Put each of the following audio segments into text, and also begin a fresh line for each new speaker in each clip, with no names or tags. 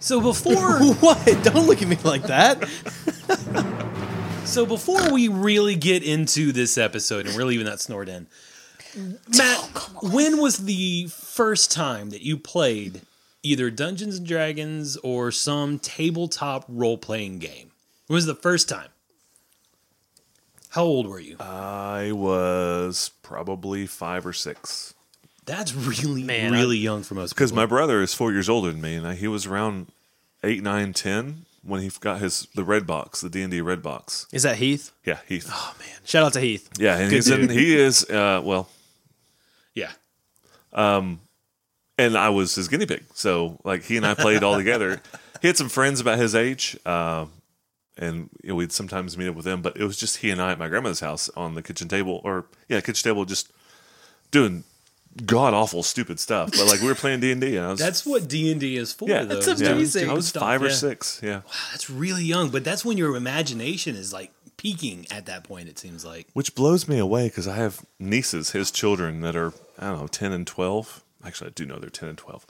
So before
what? Don't look at me like that.
so before we really get into this episode and we're leaving that snort in, Matt,
Oh,
when was the first time that you played either Dungeons and Dragons or some tabletop role playing game? When was the first time? How old were you?
I was probably five or six
That's really,
Man, I-
really young for most
because
people.
my brother is four years older than me, and I, he was around eight, nine, ten when he got his the red box, the D and D red box.
Is that Heath?
Yeah, Heath.
Shout out to Heath.
yeah, and
Ah, good
he's in,
dude.
he is uh, well,
yeah.
and I was his guinea pig. So like he and I played all together. He had some friends about his age, uh, and you know, we'd sometimes meet up with them. But it was just he and I at my grandmother's house on the kitchen table, or yeah, kitchen table, just doing god awful stupid stuff. But like we were playing D and D, and I was
That's what D and D is for.
yeah,
though.
That's
yeah.
amazing.
I was
Stuff,
five or
yeah.
six. Yeah,
That's really young, but that's when your imagination is like peaking at that point. It seems like.
which blows me away because I have nieces, his children that are I don't know ten and twelve. Actually, I do know they're ten and twelve,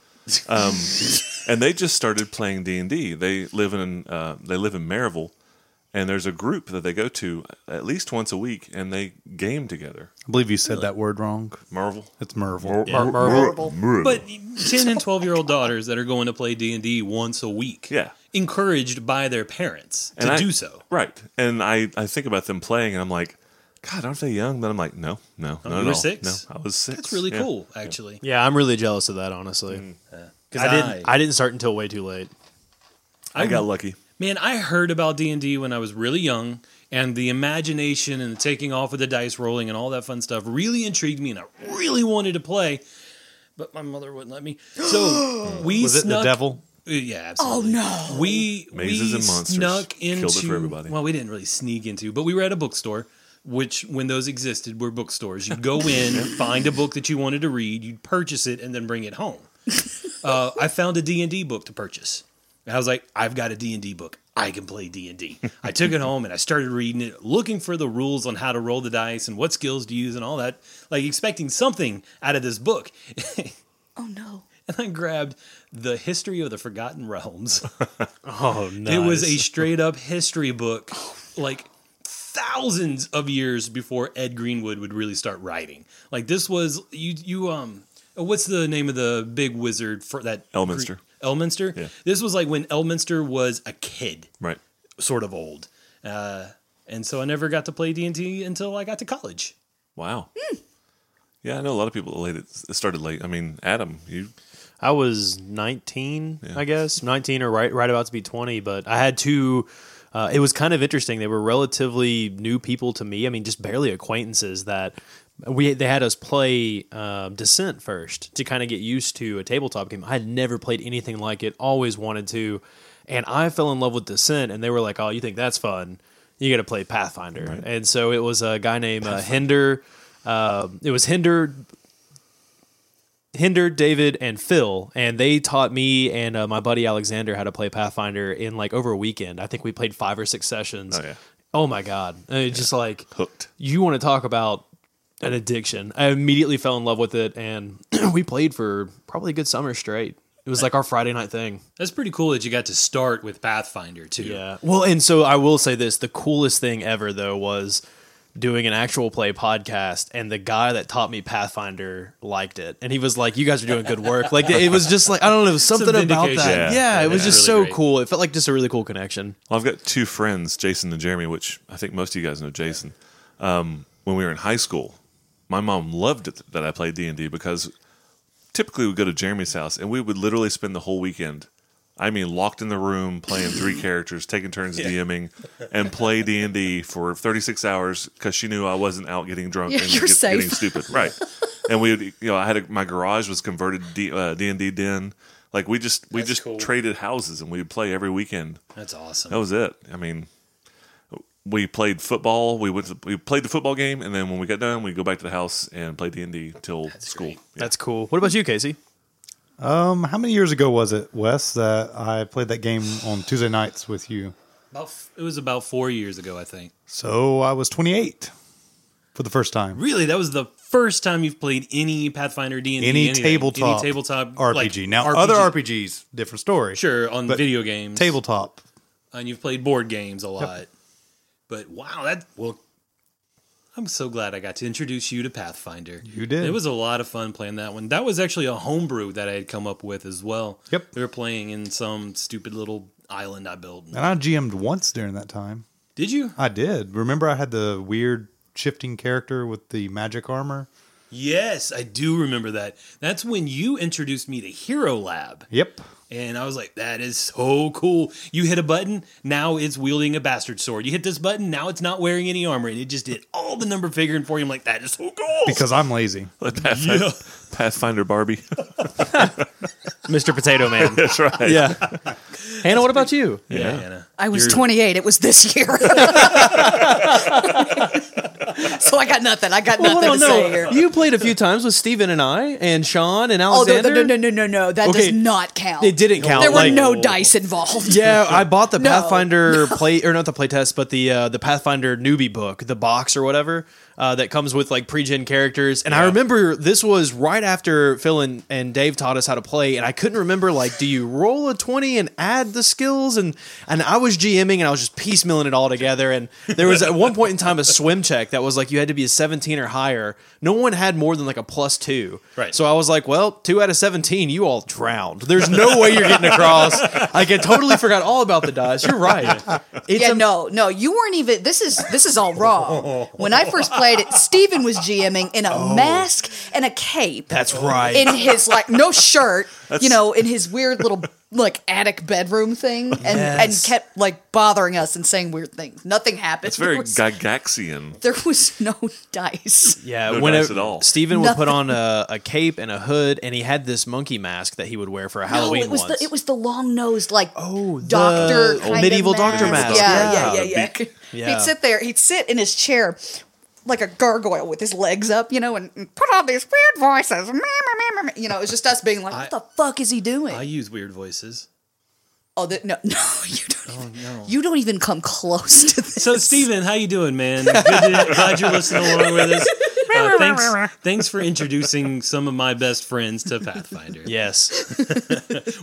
um, and they just started playing D and D. They live in uh, they live in Maryville, and there's a group that they go to at least once a week, and they game together.
I believe you said that word wrong.
Marvel,
It's Merville.
But ten and twelve year old daughters that are going to play D and D once a week,
Yeah.
encouraged by their parents to
And I-
do so.
right? And I I think about them playing, and I'm like. God, aren't they young? But I'm like, no, no, no,
Oh, you
no,
were six?
no. I was six.
That's really
yeah.
cool, actually.
Yeah, I'm really jealous of that, honestly. I didn't. I didn't start until way too late.
I got lucky.
Man, I heard about D and D when I was really young, and the imagination and the taking off of the dice rolling and all that fun stuff really intrigued me, and I really wanted to play, but my mother wouldn't let me. So we
Was it
snuck,
the devil?
Uh, Yeah, absolutely. Oh no, we
Mazes
we
and monsters.
snuck
Killed
into
it for everybody.
Well, we didn't really sneak into, but we were at a bookstore. Which, when those existed, were bookstores. You'd go in, find a book that you wanted to read, you'd purchase it, and then bring it home. Uh, I found a D and D book to purchase. And I was like, I've got a D&D book. I can play D&D. I took it home and I started reading it, looking for the rules on how to roll the dice and what skills to use and all that, like expecting something out of this book.
Oh no.
And I grabbed The History of the Forgotten Realms.
Oh no!
It was a straight up history book, like thousands of years before Ed Greenwood would really start writing. Like this was you you um what's the name of the big wizard for that
Elminster.
Elminster.
Yeah.
This was like when Elminster was a kid,
Right.
sort of old. Uh, and so I never got to play D and D until I got to college.
Wow. Yeah, I know a lot of people that late that started late. I mean, Adam, you
I was 19, I guess, 19 or right right about to be 20. But I had two. Uh, it was kind of interesting. They were relatively new people to me. I mean, just barely acquaintances that we they had us play um, Descent first to kind of get used to a tabletop game. I had never played anything like it. Always wanted to, and I fell in love with Descent. And they were like, "Oh, you think that's fun? You got to play Pathfinder." And so it was a guy named uh, Hinder. Uh, it was Hinder Hinder, David, and Phil, and they taught me and uh, my buddy Alexander how to play Pathfinder in like over a weekend. I think we played five or six sessions.
Oh, yeah.
Oh, my god! Uh, Just like
hooked.
you want to talk about an addiction? I immediately fell in love with it, and we played for probably a good summer straight. It was like our Friday night thing.
That's pretty cool that you got to start with Pathfinder too.
Yeah. Well, and so I will say this: the coolest thing ever, though, was doing an actual play podcast, and the guy that taught me Pathfinder liked it, and he was like, "You guys are doing good work." Like it was just like I don't know, it was something about that.
vindication.
Yeah,
Yeah.
it was
Yeah.
just
Really
so
great.
cool. It felt like just a really cool connection.
Well, I've got two friends, Jason and Jeremy, which I think most of you guys know Jason. Um, when we were in high school, my mom loved it that I played D and D because typically we'd go to Jeremy's house and we would literally spend the whole weekend. I mean, locked in the room playing three characters, taking turns DMing, and play D and D for 36 hours because she knew I wasn't out getting drunk
Yeah,
and
you're
get- getting
safe.
stupid, right? And we, would, you know, I had a, my garage was converted D and D den. Like we just we just traded houses and we'd play every weekend.
That's awesome.
That was it. I mean, we played football. We went. To, we played the football game, and then when we got done, we go back to the house and play D and D till school.
great.
Yeah.
That's cool. What about you, Casey?
Um, how many years ago was it, Wes, that I played that game on Tuesday nights with you?
About f- it was about four years ago, I think.
So I was 28 for the first time.
Really, that was the first time you've played any Pathfinder D and
Any tabletop,
any tabletop like,
RPG. now, other
RPG,
RPGs, different story.
sure on
but
video games,
Tabletop.
and you've played board games a lot. But wow, that well, I'm so glad I got to introduce you to Pathfinder.
You did.
It was a lot of fun playing that one. That was actually a homebrew that I had come up with as well.
Yep.
we were playing in some stupid little island I built.
And I GM'd once during that time.
Did you?
I did. Remember, I had the weird shifting character with the magic armor?
Yes, I do remember that. That's when you introduced me to Hero Lab.
Yep.
And I was like, that is so cool. You hit a button, now it's wielding a bastard sword. You hit this button, now it's not wearing any armor. And it just did all the number figuring for you. I'm like, that is so cool.
Because I'm lazy.
Like Pathfinder, Pathfinder Barbie.
Mr. Potato Man.
That's right.
Yeah. Hannah, what about you?
yeah, Anna.
I was
You're-
28. It was this year. so I got nothing. I got nothing to say here.
You played a few times with Steven and I and Sean and
Oh, no,
Alexander.
no, no, no, no, no, no. That
Okay.
does not count.
It didn't count.
There were
like,
no dice involved.
Yeah, I bought the
No.
Pathfinder play or not the playtest, but the uh, the Pathfinder newbie book, the box or whatever uh, that comes with like pre-gen characters. And I remember this was right after Phil and, and Dave taught us how to play, and I couldn't remember like, do you roll a twenty and add the skills? And and I was GMing and I was just piecemealing it all together. And there was at one point in time a swim check that was like you had to be a seventeen or higher. No one had more than like a plus two.
Right.
So I was like, well, two out of 17, you all drowned. There's no way you're getting across. Like, I totally forgot all about the dice. You're right. It's
yeah,
am-
no, no, you weren't even. This is this is all wrong. When I first played it, Steven was GMing in a
Oh.
mask and a cape.
That's right.
in his like no shirt, you know, in his weird little like attic bedroom thing, and
Yes.
and kept like bothering us and saying weird things. Nothing happened.
It's very
there was,
Gygaxian.
there was no dice.
yeah,
No
whenever
dice at all.
Steven would put on a, a cape and a hood, and he had this monkey mask that he would wear for a Halloween
no, it was
once.
the it was the long nosed like oh doctor
the
kind of
medieval doctor mask. Yeah.
Yeah, yeah, yeah, yeah.
Yeah.
He'd sit there. He'd sit in his chair. Like a gargoyle with his legs up, you know, and, and put on these weird voices. Meh, meh, meh, meh, meh. You know, it was just us being like, "What the fuck is he doing?"
I use weird voices.
oh, the, no, no, you don't. Even, You don't even come close to this.
So, Steven, how you doing, man? Good to, glad you're listening along with us. Uh, thanks, thanks for introducing some of my best friends to Pathfinder.
yes.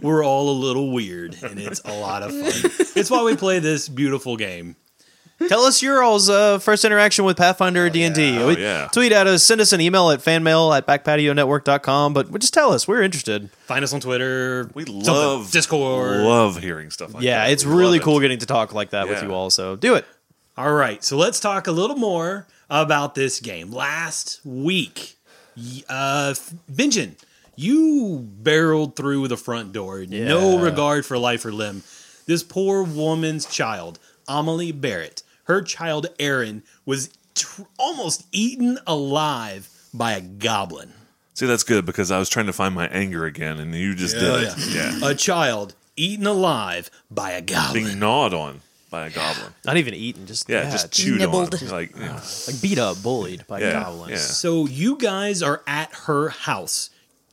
We're all a little weird, and it's a lot of fun. It's why we play this beautiful game.
Tell us your all's uh, first interaction with Pathfinder or D&D.
Oh,
We-
yeah.
Tweet at us. Send us an email at fanmail at backpationetwork.com. But just tell us. We're interested.
Find us on Twitter.
We
something,
love
Discord.
Love hearing stuff like
Yeah,
that.
it's
Oh, We
really
love it.
cool getting to talk like that with
Yeah.
you all. So do it.
All right, so let's talk a little more about this game. Last week, y- uh, Benjamin, you barreled through the front door, no regard for life or limb. This poor woman's child, Amelie Barrett, her child Aaron, was tr- almost eaten alive by a goblin.
See, that's good because I was trying to find my anger again, and you just did it. Yeah.
A child eaten alive by a goblin.
Being gnawed on by a goblin.
Not even eating, just
Yeah, just chewed
nibbled.
on. Like, yeah.
like beat up, bullied by
Yeah,
goblins.
yeah.
So you guys are at her house.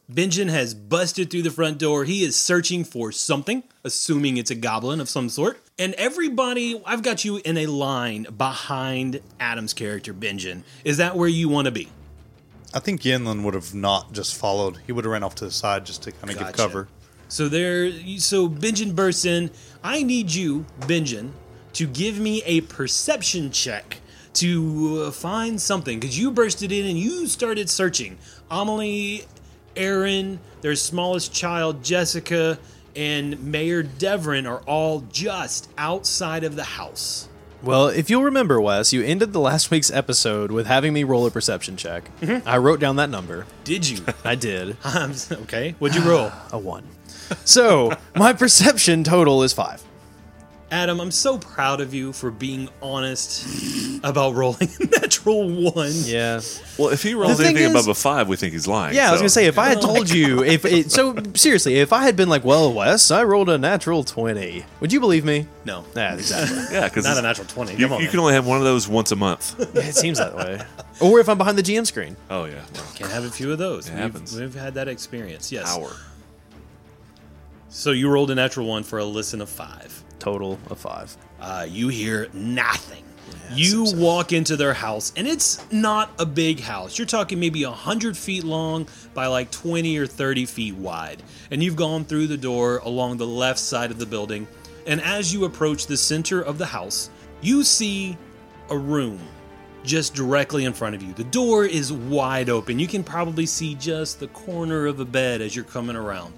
Benjamin has busted through the front door. He is searching for something, assuming it's a goblin of some sort. And everybody, I've got you in a line behind Adam's character, Benjamin. Is that where you want to be?
I think Yinlin would have not just followed. He would have ran off to the side just to kind of
Gotcha.
give cover.
So there, so Benjamin bursts in. I need you, Benjamin, to give me a perception check to uh, find something because you bursted in and you started searching. Amelie, Aaron, their smallest child, Jessica, and Mayor Devrin are all just outside of the house.
Well, if you'll remember, Wes, you ended the last week's episode with having me roll a perception check. I wrote down that number.
Did you?
I did.
I'm s- okay. What'd you roll?
A one. So my perception total is five.
Adam, I'm so proud of you for being honest about rolling a natural one.
Yeah.
Well, if he rolls
The thing
anything
is-
above a five, we think he's lying.
Yeah, I was
so-
gonna say if I had told you if it, so seriously, if I had been like, well, Wes, I rolled a natural twenty. Would you believe me?
No.
Yeah, exactly.
Yeah, because
Not a natural 20.
You,
Come on.
you
man.
can only have one of those once a month.
it seems that way. Or if I'm behind the GM screen.
Oh yeah, well,
Can have a few of those. We've,
happens.
we've had that experience. Yes.
hour.
So you rolled a natural one for a listen of five.
Total of five.
Uh, you hear nothing. you walk into their house, and it's not a big house. You're talking maybe 100 feet long by like 20 or 30 feet wide. And you've gone through the door along the left side of the building. And as you approach the center of the house, you see a room just directly in front of you. The door is wide open. You can probably see just the corner of a bed as you're coming around.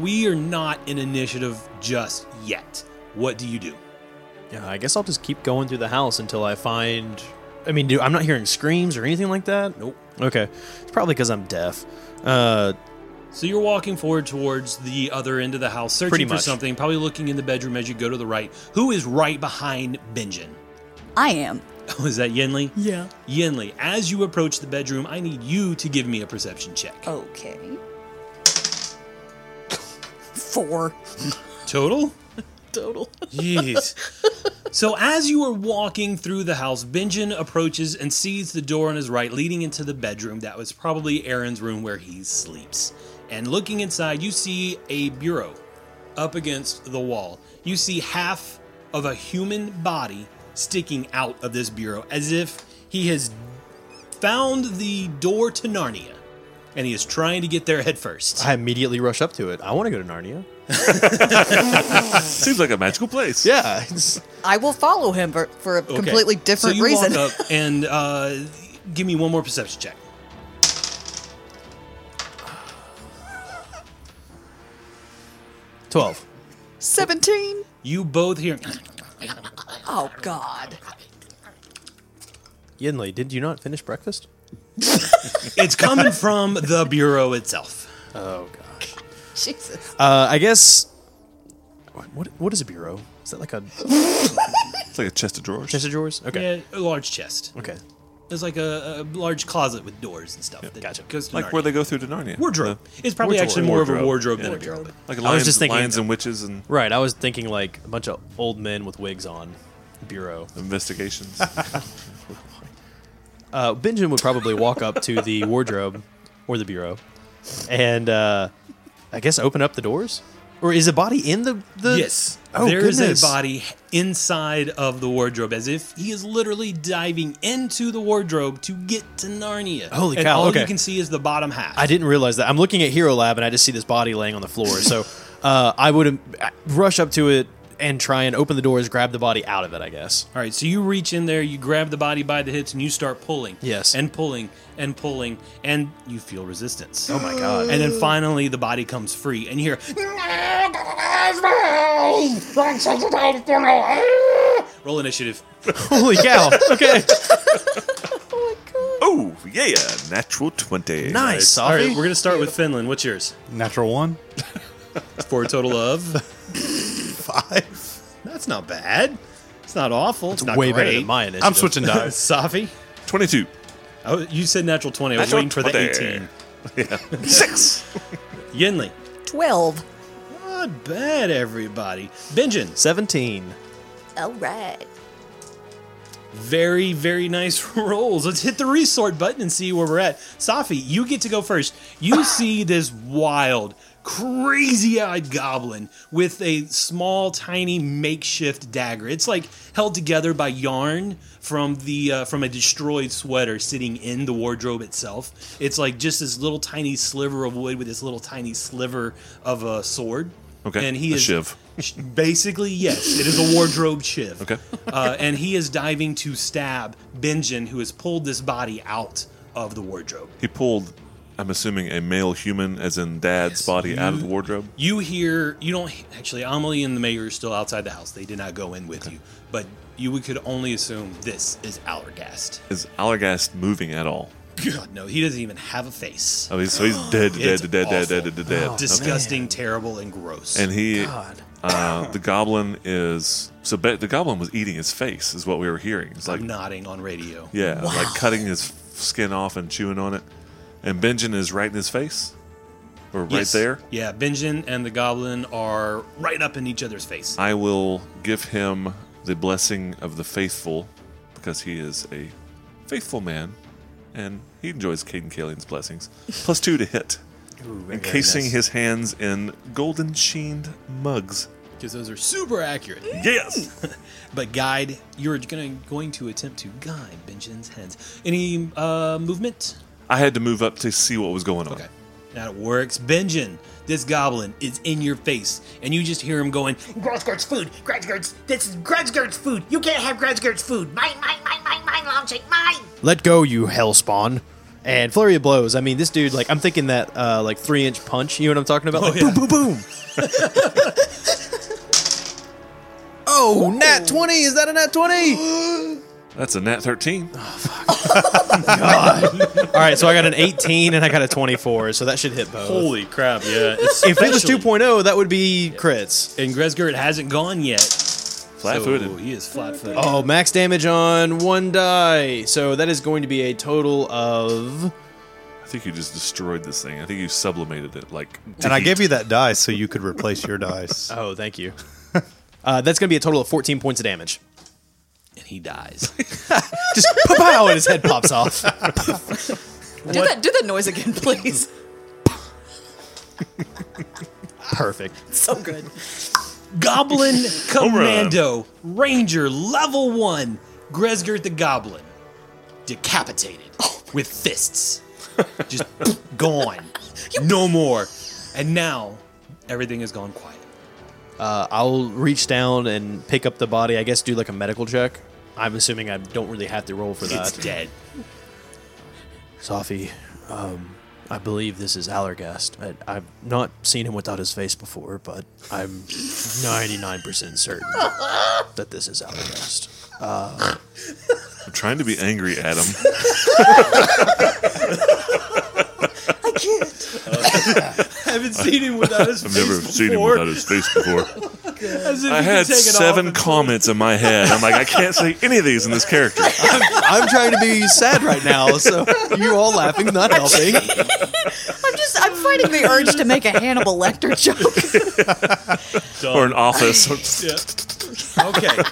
We are not in initiative just yet. What do you do?
Yeah, I guess I'll just keep going through the house until I find. I mean, do, I'm not hearing screams or anything like that.
Nope.
Okay, it's probably because I'm deaf. Uh,
So you're walking forward towards the other end of the house, searching
Pretty
for
much.
something, probably looking in the bedroom as you go to the right. Who is right behind Benjin?
I am.
Oh, is that Yinli?
Yeah.
Yinli, as you approach the bedroom, I need you to give me a perception check.
Okay. Four.
Total?
Total.
Jeez. so as you are walking through the house, Benjin approaches and sees the door on his right leading into the bedroom that was probably Aaron's room where he sleeps. And looking inside, you see a bureau up against the wall. You see half of a human body sticking out of this bureau as if he has found the door to Narnia and he is trying to get there head first.
I immediately rush up to it. I want to go to Narnia.
Seems like a magical place.
Yeah, it's-
I will follow him for, for a
Okay.
completely
so
different
you
reason.
Walk up and uh, give me one more perception check.
twelve.
17.
You both hear.
Oh, God.
Yinli, did you not finish breakfast?
It's coming from the bureau itself.
Oh gosh.
Jesus.
Uh, I guess. What what is a bureau? Is that like a
It's like a chest of drawers.
chest of drawers? Okay.
Yeah, a large chest.
Okay.
It's like a, a large closet with doors and stuff. that
gotcha.
Goes to
like
Narnia.
where they go through to Narnia.
wardrobe. It's probably
Wardrobe.
actually more of a
Wardrobe.
wardrobe than a
Wardrobe.
burew.
Like
I
lions,
was just thinking-
lions and witches and
Right. I was thinking like a bunch of old men with wigs on. Bureau.
investigations.
Uh, Benjamin would probably walk up to the wardrobe or the bureau, and uh, I guess open up the doors. Or is a body in the the?
Yes.
Oh
there is
goodness.
a body inside of the wardrobe as if he is literally diving into the wardrobe to get to Narnia.
Holy
and
cow,
All
okay.
you can see is the bottom half.
I didn't realize that. I'm looking at Hero Lab and I just see this body laying on the floor. So uh, I would um, I- rush up to it and try and open the doors, grab the body out of it. I guess.
All right, so you reach in there, you grab the body by the hips, and you start pulling.
Yes.
And pulling and pulling, and you feel resistance.
Oh my god.
And then finally, the body comes free, and you hear roll initiative.
Holy cow. Okay.
oh yeah, natural twenty.
nice.
All right,
Safi.
we're gonna start with Finland. What's yours?
Natural one.
For a total of five. That's not bad. It's not awful. It's not
Way
great.
better than my initiative.
I'm switching dice.
Safi,
Twenty-two.
oh, you said natural twenty. I was
Natural
waiting for
20.
the eighteen.
Six.
Yinli,
12.
not bad. Everybody, Benjin,
Seventeen.
All right.
very very nice rolls let's hit the resort button and see where we're at safi you get to go first you see this wild crazy-eyed goblin with a small tiny makeshift dagger it's like held together by yarn from the uh, from a destroyed sweater sitting in the wardrobe itself it's like just this little tiny sliver of wood with this little tiny sliver of a sword
Okay,
and he
a
is
shiv.
basically yes it is a wardrobe shiv
Okay.
uh, and he is diving to stab Benjin, who has pulled this body out of the wardrobe.
He pulled. I'm assuming a male human, as in Dad's body, out of the wardrobe.
You hear, you don't actually. Amelie and the mayor are still outside the house. They did not go in with you, but you we could only assume this is Allergast.
Is Allergast moving at all?
God, no, he doesn't even have a face.
Oh, he's, so he's dead,
It's
dead, dead, dead, dead,
awful.
dead, dead, dead, dead.
Disgusting, terrible, and gross.
And he, uh, the goblin is so. Be- the goblin was eating his face, is what we were hearing. It's like
I'm nodding on radio.
yeah, like cutting his f- skin off and chewing on it. And Benjamin is right in his face, or right
Yes.
there.
Yeah, Benjin and the goblin are right up in each other's face.
I will give him the blessing of the faithful, because he is a faithful man, and he enjoys Caden Kalen's blessings. Plus two to hit, encasing his hands in golden sheened mugs
because those are super accurate.
Yes.
But guide, you're gonna, going to attempt to guide Benjamin's hands. Any uh, movement?
I had to move up to see what was going on.
Okay. That works. Benjamin, this goblin is in your face, and you just hear him going,
Gradsgard's food. Gradsgard's. This is Gradsgard's food. You can't have Gradsgard's food. Mine, mine, mine, mine, mine, Longshake, mine.
Let go, you hellspawn. And flurry of blows. I mean, this dude, like, I'm thinking that, uh, like, three inch punch. You know what I'm talking about? Like,
yeah.
boom, boom, boom. oh, nat 20. Is that a nat 20?
That's a nat 13.
All right, so I got an 18 and I got a 24, so that should hit both.
Holy crap, yeah.
if it was
especially-
2.0, that would be crits.
And Gresgert hasn't gone yet.
Flat
So
footed.
he is flat footed.
Oh, max damage on one die. So that is going to be a total of.
I think you just destroyed this thing. I think you sublimated it. Like,
And I gave you that dice so you could replace your dice.
Oh, thank you. Uh, that's going to be a total of 14 points of damage.
And he dies.
Just pow, and his head pops off.
Do that do that noise again, please.
Perfect.
so good.
Goblin
run.
Commando Ranger Level 1 Gresgert the Goblin decapitated with fists. Just gone. No more. And now everything has gone quiet.
Uh, I'll reach down and pick up the body. I guess do like a medical check. I'm assuming I don't really have to roll for
It's
that.
dead.
Safi, um, I believe this is Allergast. I, I've not seen him without his face before, but I'm 99% certain that this is Allergast.
I'm trying to be angry at him.
I can't.
I haven't seen him without his
I've
face
never seen him
before.
without his face before.
As if
I
he could
had
take it
seven
off
comments in my head. I'm like, I can't say any of these in this character.
I'm trying to be sad right now, so you all laughing, not helping.
I'm just I'm fighting the urge to make a Hannibal Lecter joke.
or an office.
and- Okay.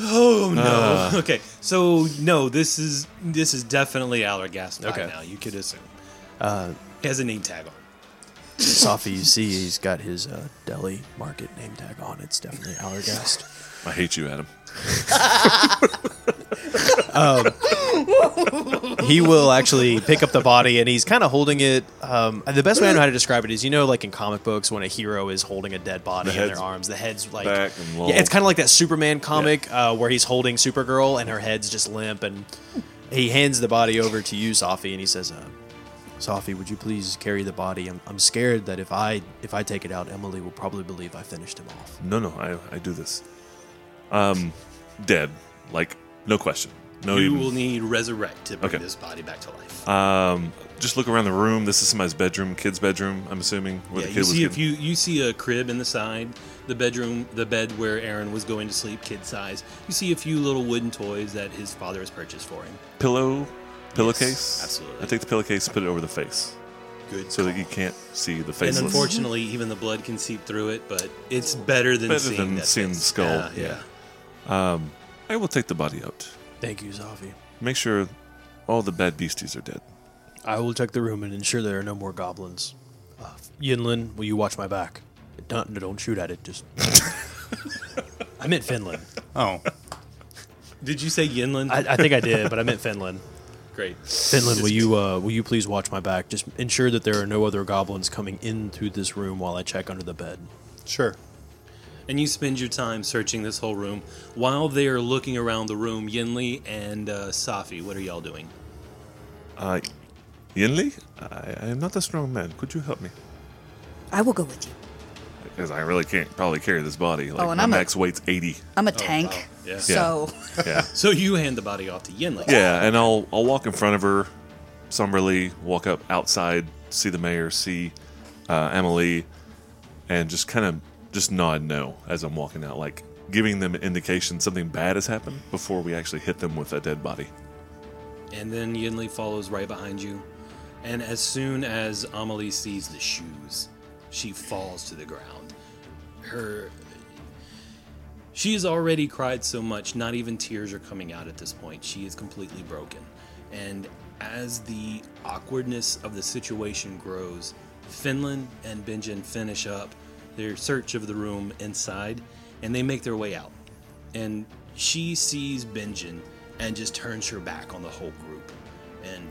Oh no. okay. So no, this is this is definitely Allergast by
Okay.
now. You could assume. he has a name tag on.
Safi, you see, he's got his uh, deli market name tag on. It's definitely Allergast.
I hate you, Adam.
he will actually pick up the body and he's kind of holding it. Um, the best way I know how to describe it is, you know, like in comic books, when a hero is holding a dead body in
head's
their arms, the head's like,
back and
yeah, it's
lolled.
kind of like that Superman comic uh, where he's holding Supergirl and her head's just limp. And he hands the body over to you, Safi, and he says, uh, "Safi, would you please carry the body? I'm, I'm scared that if I if I take it out, Emily will probably believe I finished him off."
No, no, I, I do this. Um, dead. Like, no question. No,
You
even.
will need resurrect to bring
Oh, Okay.
this body back to life.
Um, just look around the room. This is somebody's bedroom, kid's bedroom. I'm assuming where
yeah,
the
you
kid was.
see if
getting-
you you see a crib in the side, the bedroom, the bed where Aaron was going to sleep, kid size. You see a few little wooden toys that his father has purchased for him.
pillow, pillowcase.
absolutely.
I take the pillowcase, put it over the face,
Good.
so that you can't see the
and
face.
unfortunately, even the blood can seep through it, but it's better than
Better
seeing
than
that
seeing
face.
the skull,
Yeah, yeah.
yeah. I will take the body out.
Thank you, Safi.
Make sure all the bad beasties are dead.
I will check the room and ensure there are no more goblins. Uh, Yinlin, will you watch my back? Don't, don't shoot at it. Just. I meant Finland.
Oh,
Did you say Yinlin?
I, I think I did, but I meant Finland.
Great.
Finland, will you uh, will you please watch my back? Just ensure that there are no other goblins coming into this room while I check under the bed.
Sure.
And you spend your time searching this whole room. While they are looking around the room, Yinli and uh, Safi, what are y'all doing?
Uh, Yinli, I, I am not a strong man. Could you help me?
I will go with you.
Because I really can't probably carry this body. Like,
Oh, and
my
I'm a-
max weight's 80.
I'm a tank.
Oh, Yeah.
So
Yeah.
So you hand the body off to Yinli.
yeah, and I'll, I'll walk in front of her somberly, walk up outside, see the mayor, see uh, Emily, and just kind of just nod no as I'm walking out, like giving them an indication something bad has happened before we actually hit them with a dead body.
And then Yinli follows right behind you. And as soon as Amelie sees the shoes, she falls to the ground. Her. She has already cried so much, not even tears are coming out at this point. She is completely broken. And as the awkwardness of the situation grows, Finland and Benjamin finish up their search of the room inside, and they make their way out. And she sees Benjen and just turns her back on the whole group. And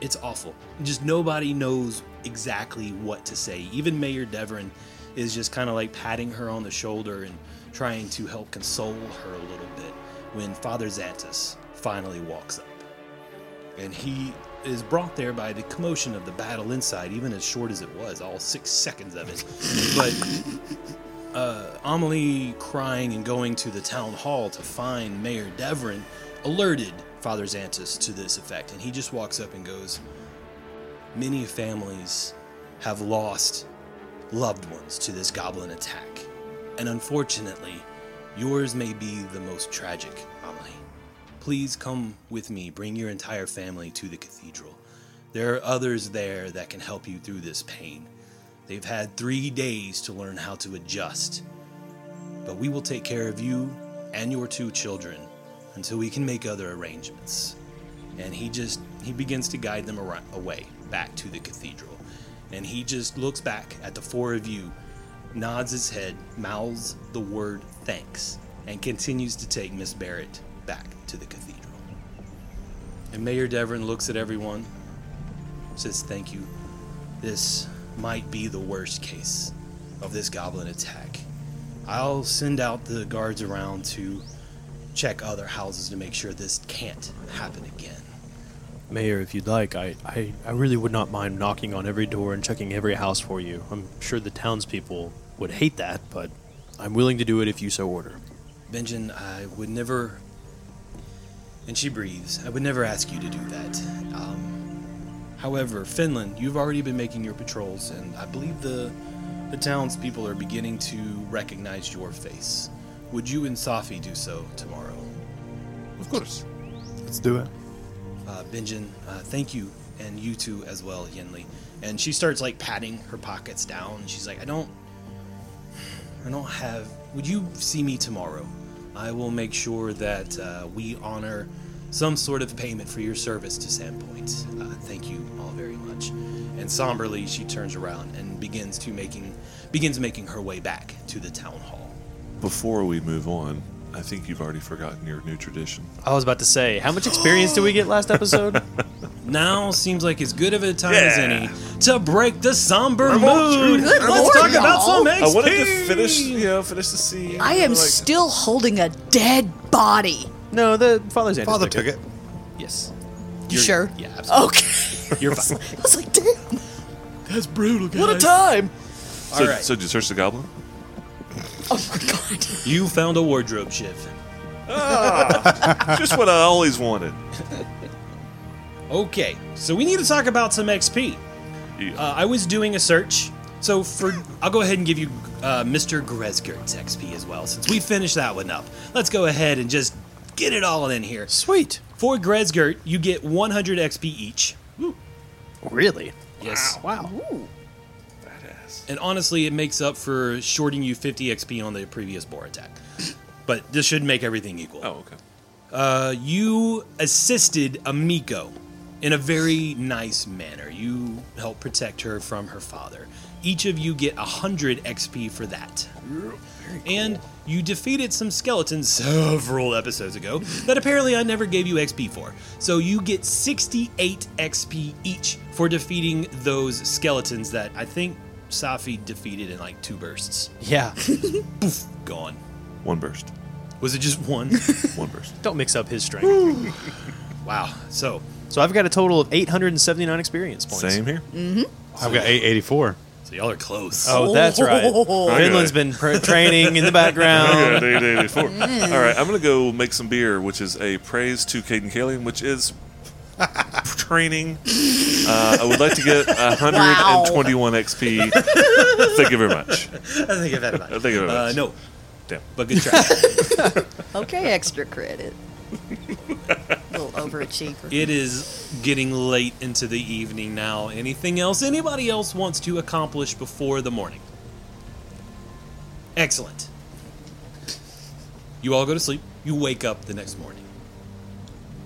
it's awful. Just nobody knows exactly what to say. Even Mayor Devon is just kind of like patting her on the shoulder and trying to help console her a little bit when Father Xantus finally walks up. And he is brought there by the commotion of the battle inside, even as short as it was, all six seconds of it. But Amelie crying and going to the town hall to find Mayor Devrin alerted Father Xantus to this effect, and he just walks up and goes, Many families have lost loved ones to this goblin attack, and unfortunately, yours may be the most tragic, Amelie. Please come with me, bring your entire family to the cathedral. There are others there that can help you through this pain. They've had three days to learn how to adjust. But we will take care of you and your two children until we can make other arrangements. And he just he begins to guide them ar- away back to the cathedral. And he just looks back at the four of you, nods his head, mouths the word thanks, and continues to take Miss Barrett back to the cathedral. And Mayor Devon looks at everyone, says thank you, this might be the worst case of this goblin attack. I'll send out the guards around to check other houses to make sure this can't happen again.
Mayor, if you'd like, I, I, I really would not mind knocking on every door and checking every house for you. I'm sure the townspeople would hate that, but I'm willing to do it if you so order.
Benjamin, I would never. And she breathes. I would never ask you to do that. Um, however, Finland, you've already been making your patrols, and I believe the the townspeople are beginning to recognize your face. Would you and Safi do so tomorrow?
Of course.
Let's do it.
Uh, Benjin, uh, thank you, and you too as well, Yinli. And she starts like patting her pockets down. and She's like, I don't, I don't have. Would you see me tomorrow? I will make sure that uh, we honor some sort of payment for your service to Sandpoint. Uh, thank you all very much. And somberly, she turns around and begins to making begins making her way back to the town hall.
Before we move on, I think you've already forgotten your new tradition.
I was about to say, how much experience did we get last episode?
Now seems like as good of a time as any to break the somber mood.
Good
Let's
lord,
talk about
y'all.
some XP.
I wanted to finish, you know, finish the scene.
I am
like,
still holding a dead body.
no, the father's Xantus
Father took it.
Yes.
You sure?
Yeah, absolutely.
Okay.
You're fine.
I was like, damn,
That's brutal, guys.
what a time.
So,
All right.
so did you search the goblin?
Oh my god.
You found a wardrobe shift.
Just what I always wanted.
Okay, so we need to talk about some XP.
Yeah.
Uh, I was doing a search, so for I'll go ahead and give you uh, Mr. Gresgert's XP as well, since we finished that one up. Let's go ahead and just get it all in here.
Sweet.
For Gresgert, you get 100 XP each.
Really?
Yes.
Wow.
And honestly, it makes up for shorting you 50 XP on the previous boar attack. But this should make everything equal.
oh, okay.
Uh, you assisted Amiko in a very nice manner. You helped protect her from her father. Each of you get 100 XP for that. And you defeated some skeletons several episodes ago that apparently I never gave you XP for. So you get 68 XP each for defeating those skeletons that I think Safi defeated in like two bursts.
Yeah.
Poof, gone.
One burst.
Was it just one?
One burst.
Don't mix up his strength.
wow. So
so I've got a total of 879 experience points.
Same here.
I've got 884.
So y'all are close.
Oh, that's right.
Okay.
Finland's been pr- training in the background.
Yeah, they- they- they- four. All right, I'm gonna go make some beer, which is a praise to Caden Kalian, which is training. Uh, I would like to get 121 XP. Thank you very much.
I think I've had enough.
I think I've had
Uh,
enough.
no,
Damn.
but good try.
Okay, extra credit. little overachiever.
it is getting late into the evening now. Anything else anybody else wants to accomplish before the morning? Excellent. You all go to sleep. You wake up the next morning.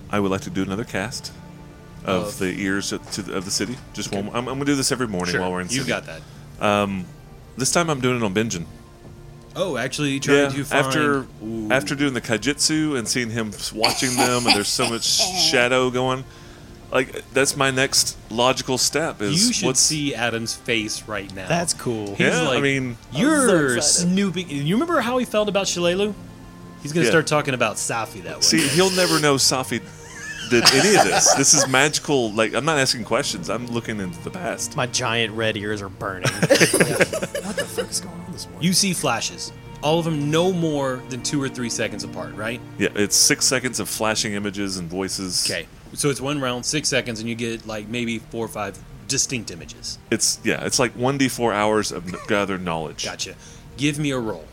I would like to do another cast of the ears of, to, the- of the city. Just one. I'm, I'm gonna do this every morning while we're in.
you
city.
got that.
This time I'm doing it on Benjin.
Oh, actually, trying
Yeah,
to find
after
Ooh.
after doing the kaijutsu and seeing him s- watching them, and there's so much shadow going. Like that's my next logical step is
you should
what's
see Adam's face right now.
That's cool.
He's
Yeah, I
like,
mean-
you're
excited.
snooping. You remember how he felt about Shalelu? He's gonna
Yeah.
start talking about Safi that way.
see. He'll never know Safi did any of this. This is magical. Like I'm not asking questions. I'm looking into the past.
My giant red ears are burning.
you see flashes, all of them no more than two or three seconds apart, right?
Yeah, it's six seconds of flashing images and voices.
Okay, so it's one round, six seconds, and you get like maybe four or five distinct images.
It's yeah, it's like one d four hours of n- gathered knowledge.
Gotcha. Give me a roll.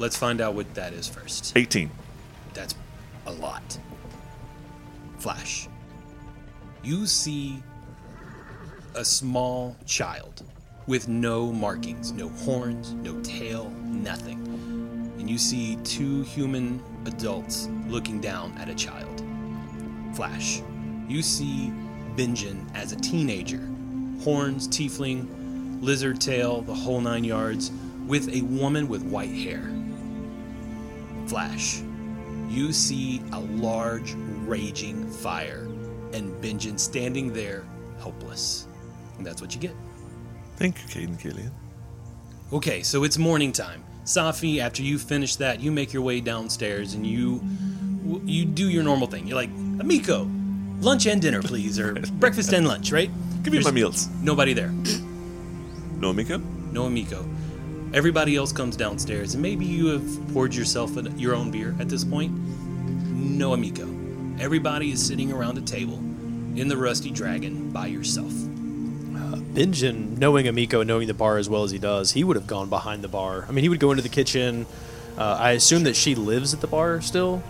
Let's find out what that is first.
Eighteen.
That's a lot. Flash. You see a small child with no markings, no horns, no tail, nothing. And you see two human adults looking down at a child. Flash. You see Benjin as a teenager, horns, tiefling, lizard tail, the whole nine yards, with a woman with white hair. Flash you see a large raging fire and Benjin standing there helpless. And that's what you get.
Thank you, Caden Killian.
Okay, so it's morning time. Safi, after you finish that, you make your way downstairs and you you do your normal thing. You're like, Amiko, lunch and dinner, please, or breakfast and lunch, right?
Give me my meals.
Nobody there.
No, Mika.
No Amiko. Everybody else comes downstairs, and maybe you have poured yourself an, your own beer at this point. No Amiko. Everybody is sitting around a table in the Rusty Dragon by yourself.
Benjin, knowing Amiko, knowing the bar as well as he does, he would have gone behind the bar. I mean, he would go into the kitchen. Uh, I assume that she lives at the bar still.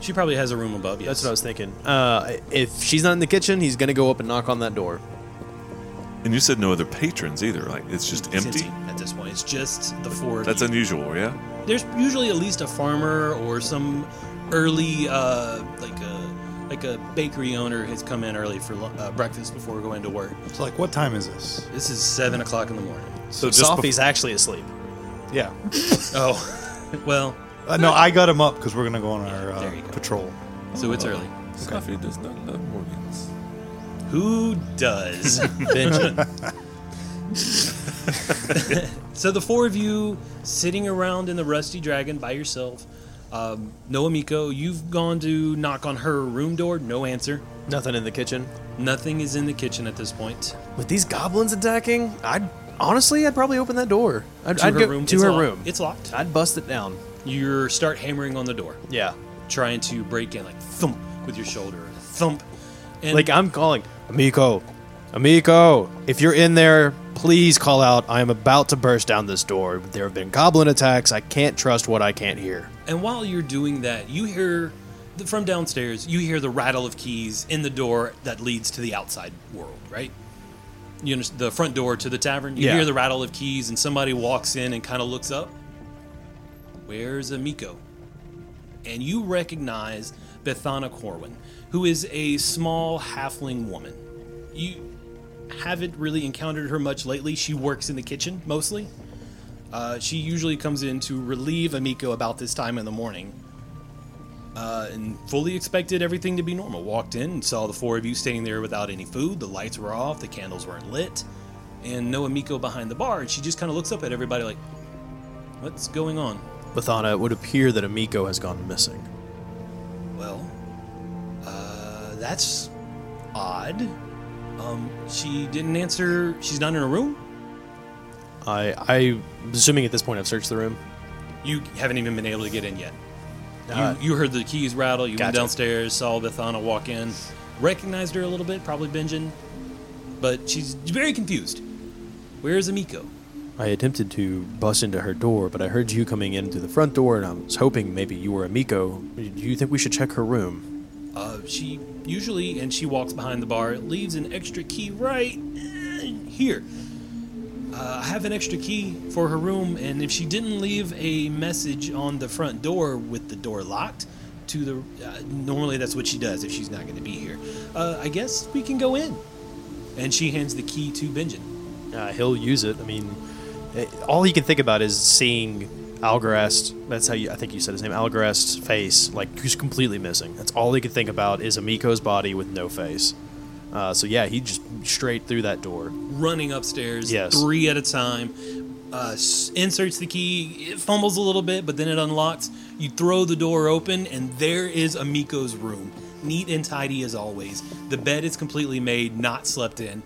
She probably has a room above you.
That's what I was thinking. Uh, if she's not in the kitchen, he's gonna go up and knock on that door.
And you said no other patrons either. Like it's just empty.
at this point. It's just the four. of
That's
you.
unusual, yeah.
There's usually at least a farmer or some early, uh, like a like a bakery owner has come in early for lu- uh, breakfast before going to work.
It's like, what time is this?
This is seven o'clock in the morning.
So
just
Sophie's actually asleep.
Yeah.
Oh, well,
Uh, no, I got him up because we're gonna go on our
there
uh,
you go.
patrol.
so it's early.
Coffee does not love mornings.
Who does?
Benjin,
so the four of you sitting around in the Rusty Dragon by yourself. Um, Noah Miko, you've gone to knock on her room door. No answer.
nothing in the kitchen.
Nothing is in the kitchen at this point.
With these goblins attacking, I'd honestly, I'd probably open that door. I'd,
To
I'd
her
go,
room.
To
it's
her
locked.
room.
It's locked.
I'd bust it down.
You start hammering on the door,
Yeah.
trying to break in, like thump with your shoulder, thump. And
Like I'm calling, Amiko, Amiko, if you're in there, please call out. I am about to burst down this door. There have been goblin attacks. I can't trust what I can't hear.
And while you're doing that, you hear the, from downstairs, you hear the rattle of keys in the door that leads to the outside world, right? You under- the front door to the tavern. You
Yeah.
hear the rattle of keys, and somebody walks in and kind of looks up. Where's Amiko? And you recognize Bethana Corwin, who is a small halfling woman. You haven't really encountered her much lately. She works in the kitchen mostly. Uh, she usually comes in to relieve Amiko about this time in the morning. Uh, and fully expected everything to be normal. Walked in and saw the four of you standing there without any food. The lights were off, the candles weren't lit, and no Amiko behind the bar. And she just kind of looks up at everybody like, What's going on?
Bathana, it would appear that Amiko has gone missing.
Well, uh, that's odd. Um, she didn't answer. She's not in her room?
I, I, assuming at this point I've searched the room.
You haven't even been able to get in yet.
Uh,
you, you heard the keys rattle. You went
Gotcha.
downstairs, saw Bethana walk in, recognized her a little bit, probably Benjin, but she's very confused. Where is Amiko?
I attempted to bust into her door, but I heard you coming in through the front door, and I was hoping maybe you were Amiko. Do you think we should check her room?
Uh, she usually, and she walks behind the bar, leaves an extra key right eh, here. Uh, I have an extra key for her room, and if she didn't leave a message on the front door with the door locked, to the uh, normally that's what she does if she's not going to be here. Uh, I guess we can go in. And she hands the key to Benjin.
Uh, he'll use it. I mean, it- all he can think about is seeing Algarast. That's how you, I think you said his name, Algarast's face, like he's completely missing. That's all he can think about is Amiko's body with no face. Uh, so yeah, he just straight through that door.
running upstairs,
Yes.
three at a time. Uh, s- inserts the key, it fumbles a little bit, but then it unlocks. You throw the door open, and there is Amiko's room, neat and tidy as always. The bed is completely made, not slept in,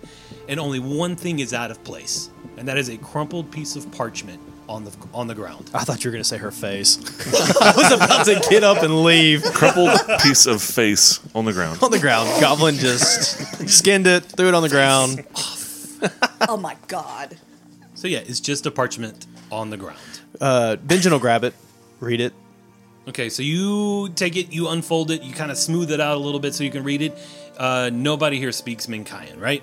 and only one thing is out of place, and that is a crumpled piece of parchment on the on the ground.
I thought you were gonna say her face. I was about to get up and leave
Crumpled piece of face on the ground.
on the ground. Goblin just skinned it, threw it on the ground.
Oh my god.
So yeah, it's just a parchment on the ground.
Uh, Benjen will grab it, read it.
Okay, so you take it, you unfold it, you kind of smooth it out a little bit so you can read it. Uh, nobody here speaks Minkayan, right?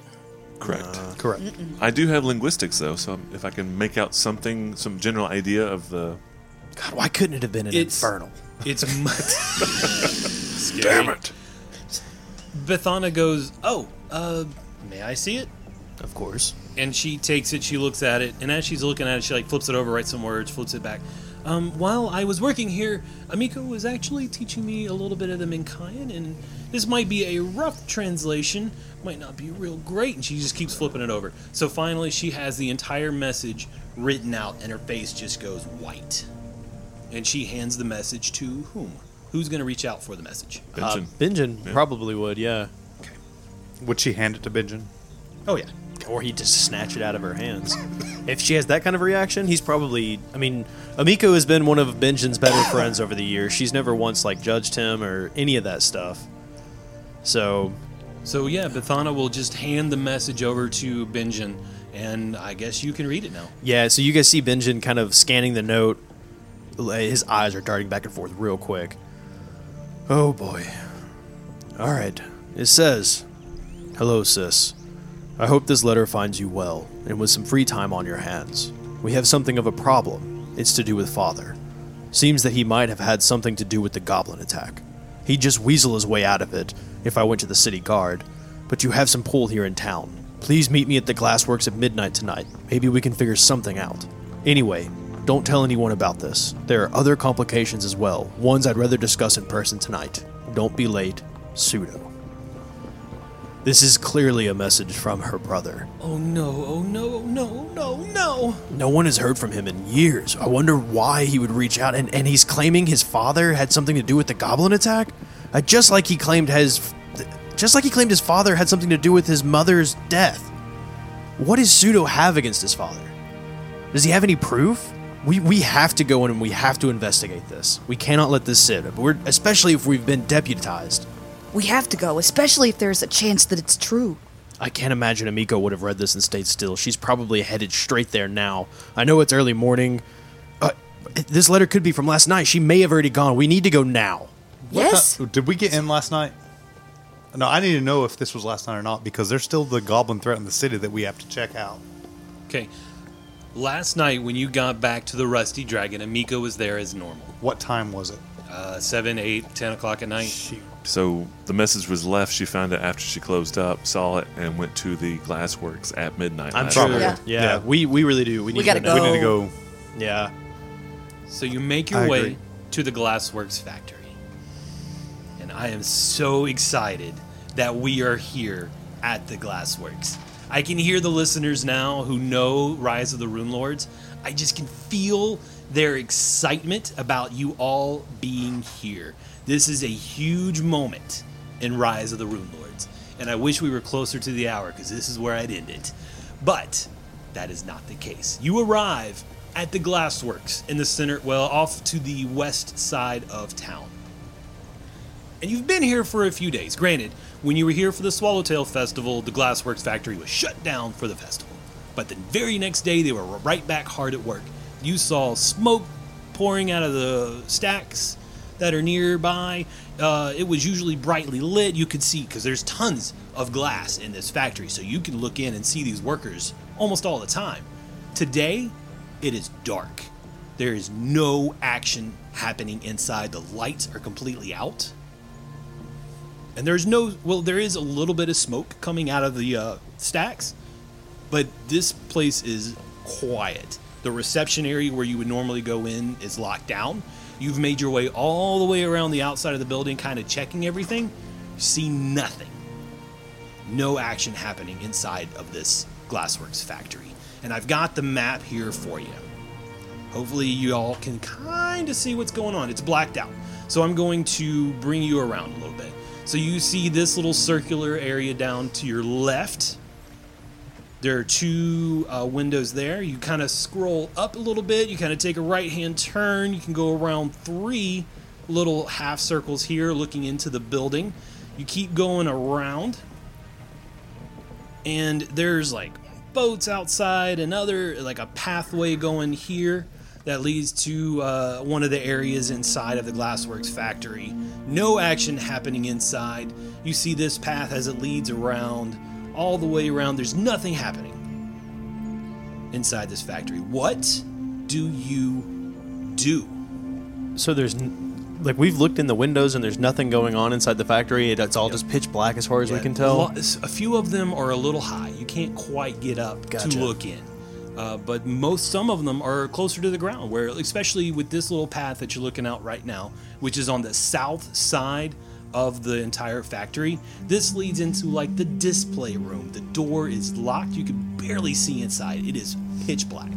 Correct.
Correct.
I do have linguistics though, so if I can make out something, some general idea of the
God, why couldn't it have been an
It's-
infernal?
It's mu- damn it. Bethana goes, "Oh, uh, may I see it?"
Of course.
And she takes it. She looks at it, and as she's looking at it, she like flips it over, writes some words, flips it back. Um, while I was working here, Amiko was actually teaching me a little bit of the Minkayan, and this might be a rough translation, might not be real great. And she just keeps flipping it over. So finally, she has the entire message written out, and her face just goes white. And she hands the message to whom? Who's going to reach out for the message?
benching.
Uh, Benjen probably would, yeah.
Would she hand it to Benjen?
Oh yeah.
Or he'd just snatch it out of her hands. if she has that kind of reaction, he's probably. I mean, Amiko has been one of Benjen's better friends over the years. She's never once like judged him or any of that stuff. So
So yeah, Bethana will just hand the message over to Benjen, and I guess you can read it now.
Yeah, so you guys see Benjen kind of scanning the note. His eyes are darting back and forth real quick. Oh boy. All right. It says, "Hello, sis. I hope this letter finds you well and with some free time on your hands. We have something of a problem. It's to do with father. Seems that he might have had something to do with the goblin attack. He'd just weasel his way out of it if I went to the city guard. But you have some pull here in town. Please meet me at the glassworks at midnight tonight. Maybe we can figure something out. Anyway, don't tell anyone about this. There are other complications as well, ones I'd rather discuss in person tonight. Don't be late, pseudo. This is clearly a message from her brother.
Oh no! Oh no! Oh no! No! No!
No one has heard from him in years. I wonder why he would reach out. And, and he's claiming his father had something to do with the goblin attack? Uh, just like he claimed his. Just like he claimed his father had something to do with his mother's death. What does Pseudo have against his father? Does he have any proof? We, we have to go in and we have to investigate this. We cannot let this sit, We're, especially if we've been deputized.
We have to go, especially if there's a chance that it's true.
I can't imagine Amiko would have read this and stayed still. She's probably headed straight there now. I know it's early morning. Uh, this letter could be from last night. She may have already gone. We need to go now.
yes?
What ti- did we get in last night? No, I need to know if this was last night or not because there's still the goblin threat in the city that we have to check out.
Okay. Last night when you got back to the Rusty Dragon, Amika was there as normal.
What time was it?
Uh, seven, eight, ten o'clock at night.
Shoot.
So the message was left. She found it after she closed up, saw it, and went to the glassworks at midnight. last
sure-
night.
Yeah.
Yeah,
Yeah.
we we really do. We need
gotta
to
We
know.
need to go.
Yeah.
So you make your
I
way
agree.
to the Glassworks factory, and I am so excited that we are here at the Glassworks. I can hear the listeners now who know Rise of the Rune Lords. I just can feel their excitement about you all being here. This is a huge moment in Rise of the Rune Lords, and I wish we were closer to the hour because this is where I'd end it. But that is not the case. You arrive at the Glassworks in the center, well, off to the west side of town. And you've been here for a few days. Granted, when you were here for the Swallowtail Festival, the Glassworks factory was shut down for the festival. But the very next day, they were right back hard at work. You saw smoke pouring out of the stacks that are nearby. Uh, it was usually brightly lit. You could see, because there's tons of glass in this factory, so you can look in and see these workers almost all the time. Today, it is dark. There is no action happening inside. The lights are completely out and there's no well there is a little bit of smoke coming out of the uh, stacks but this place is quiet The reception area where you would normally go in is locked down. You've made your way all the way around the outside of the building, kind of checking everything. You see nothing. No action happening inside of this Glassworks factory. And I've got the map here for you. Hopefully, you all can kind of see what's going on. It's blacked out. So, I'm going to bring you around a little bit. So, you see this little circular area down to your left. There are two uh, windows there. You kind of scroll up a little bit. You kind of take a right hand turn. You can go around three little half circles here looking into the building. You keep going around, and there's like boats outside, another like a pathway going here that leads to uh, one of the areas inside of the glassworks factory. No action happening inside. You see this path as it leads around, all the way around. There's nothing happening inside this factory. What do you do?
So there's n- like we've looked in the windows and there's nothing going on inside the factory. It- It's all just pitch black as far as we can tell.
Lo- s- A few of them are a little high. You can't quite get up to
Gotcha.
look in. Uh, but most, some of them are closer to the ground, where, especially with this little path that you're looking out right now, which is on the south side of the entire factory, this leads into like the display room. The door is locked. You can barely see inside. It is pitch black.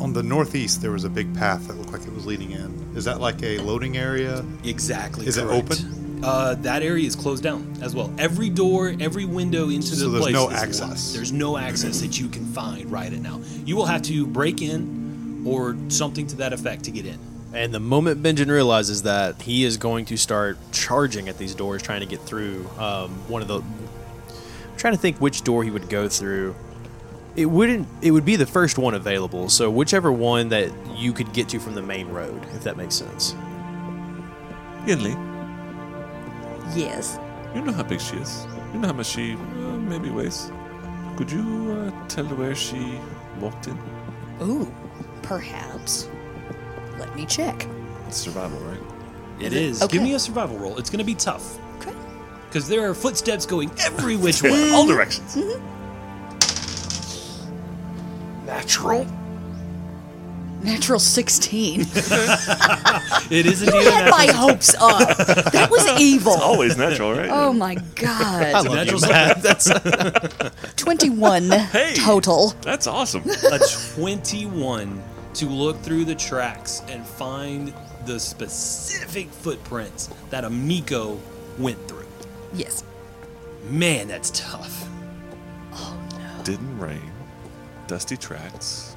On the northeast, there was a big path that looked like it was leading in. Is that like a loading area?
Exactly.
Is it
correct.
open?
Uh, that area is closed down as well. Every door, every window into
So
the
there's
place
no
is locked.
access.
There's no access that you can find right at now. You will have to break in or something to that effect to get in.
And the moment Benjamin realizes that, he is going to start charging at these doors, trying to get through um, one of the. I'm trying to think which door he would go through. It wouldn't. It would be the first one available. So whichever one that you could get to from the main road, if that makes sense.
Yinli,
Yes.
you know how big she is. You know how much she uh, maybe weighs. Could you uh, tell where she walked in?
Ooh, perhaps. Let me check.
It's survival, right?
It is.
Okay.
Give me a survival roll. It's going to be tough
Okay.
because there are footsteps going every which way.
All directions.
Natural 16.
it is indeed a natural,
I had Oh my hopes up. That was evil.
Always natural, right?
Oh my god.
natural survival.
That's
21 total.
That's awesome.
a 21 to look through the tracks and find the specific footprints that Amiko went through.
Yes.
Man, that's tough.
Didn't rain. Dusty tracks.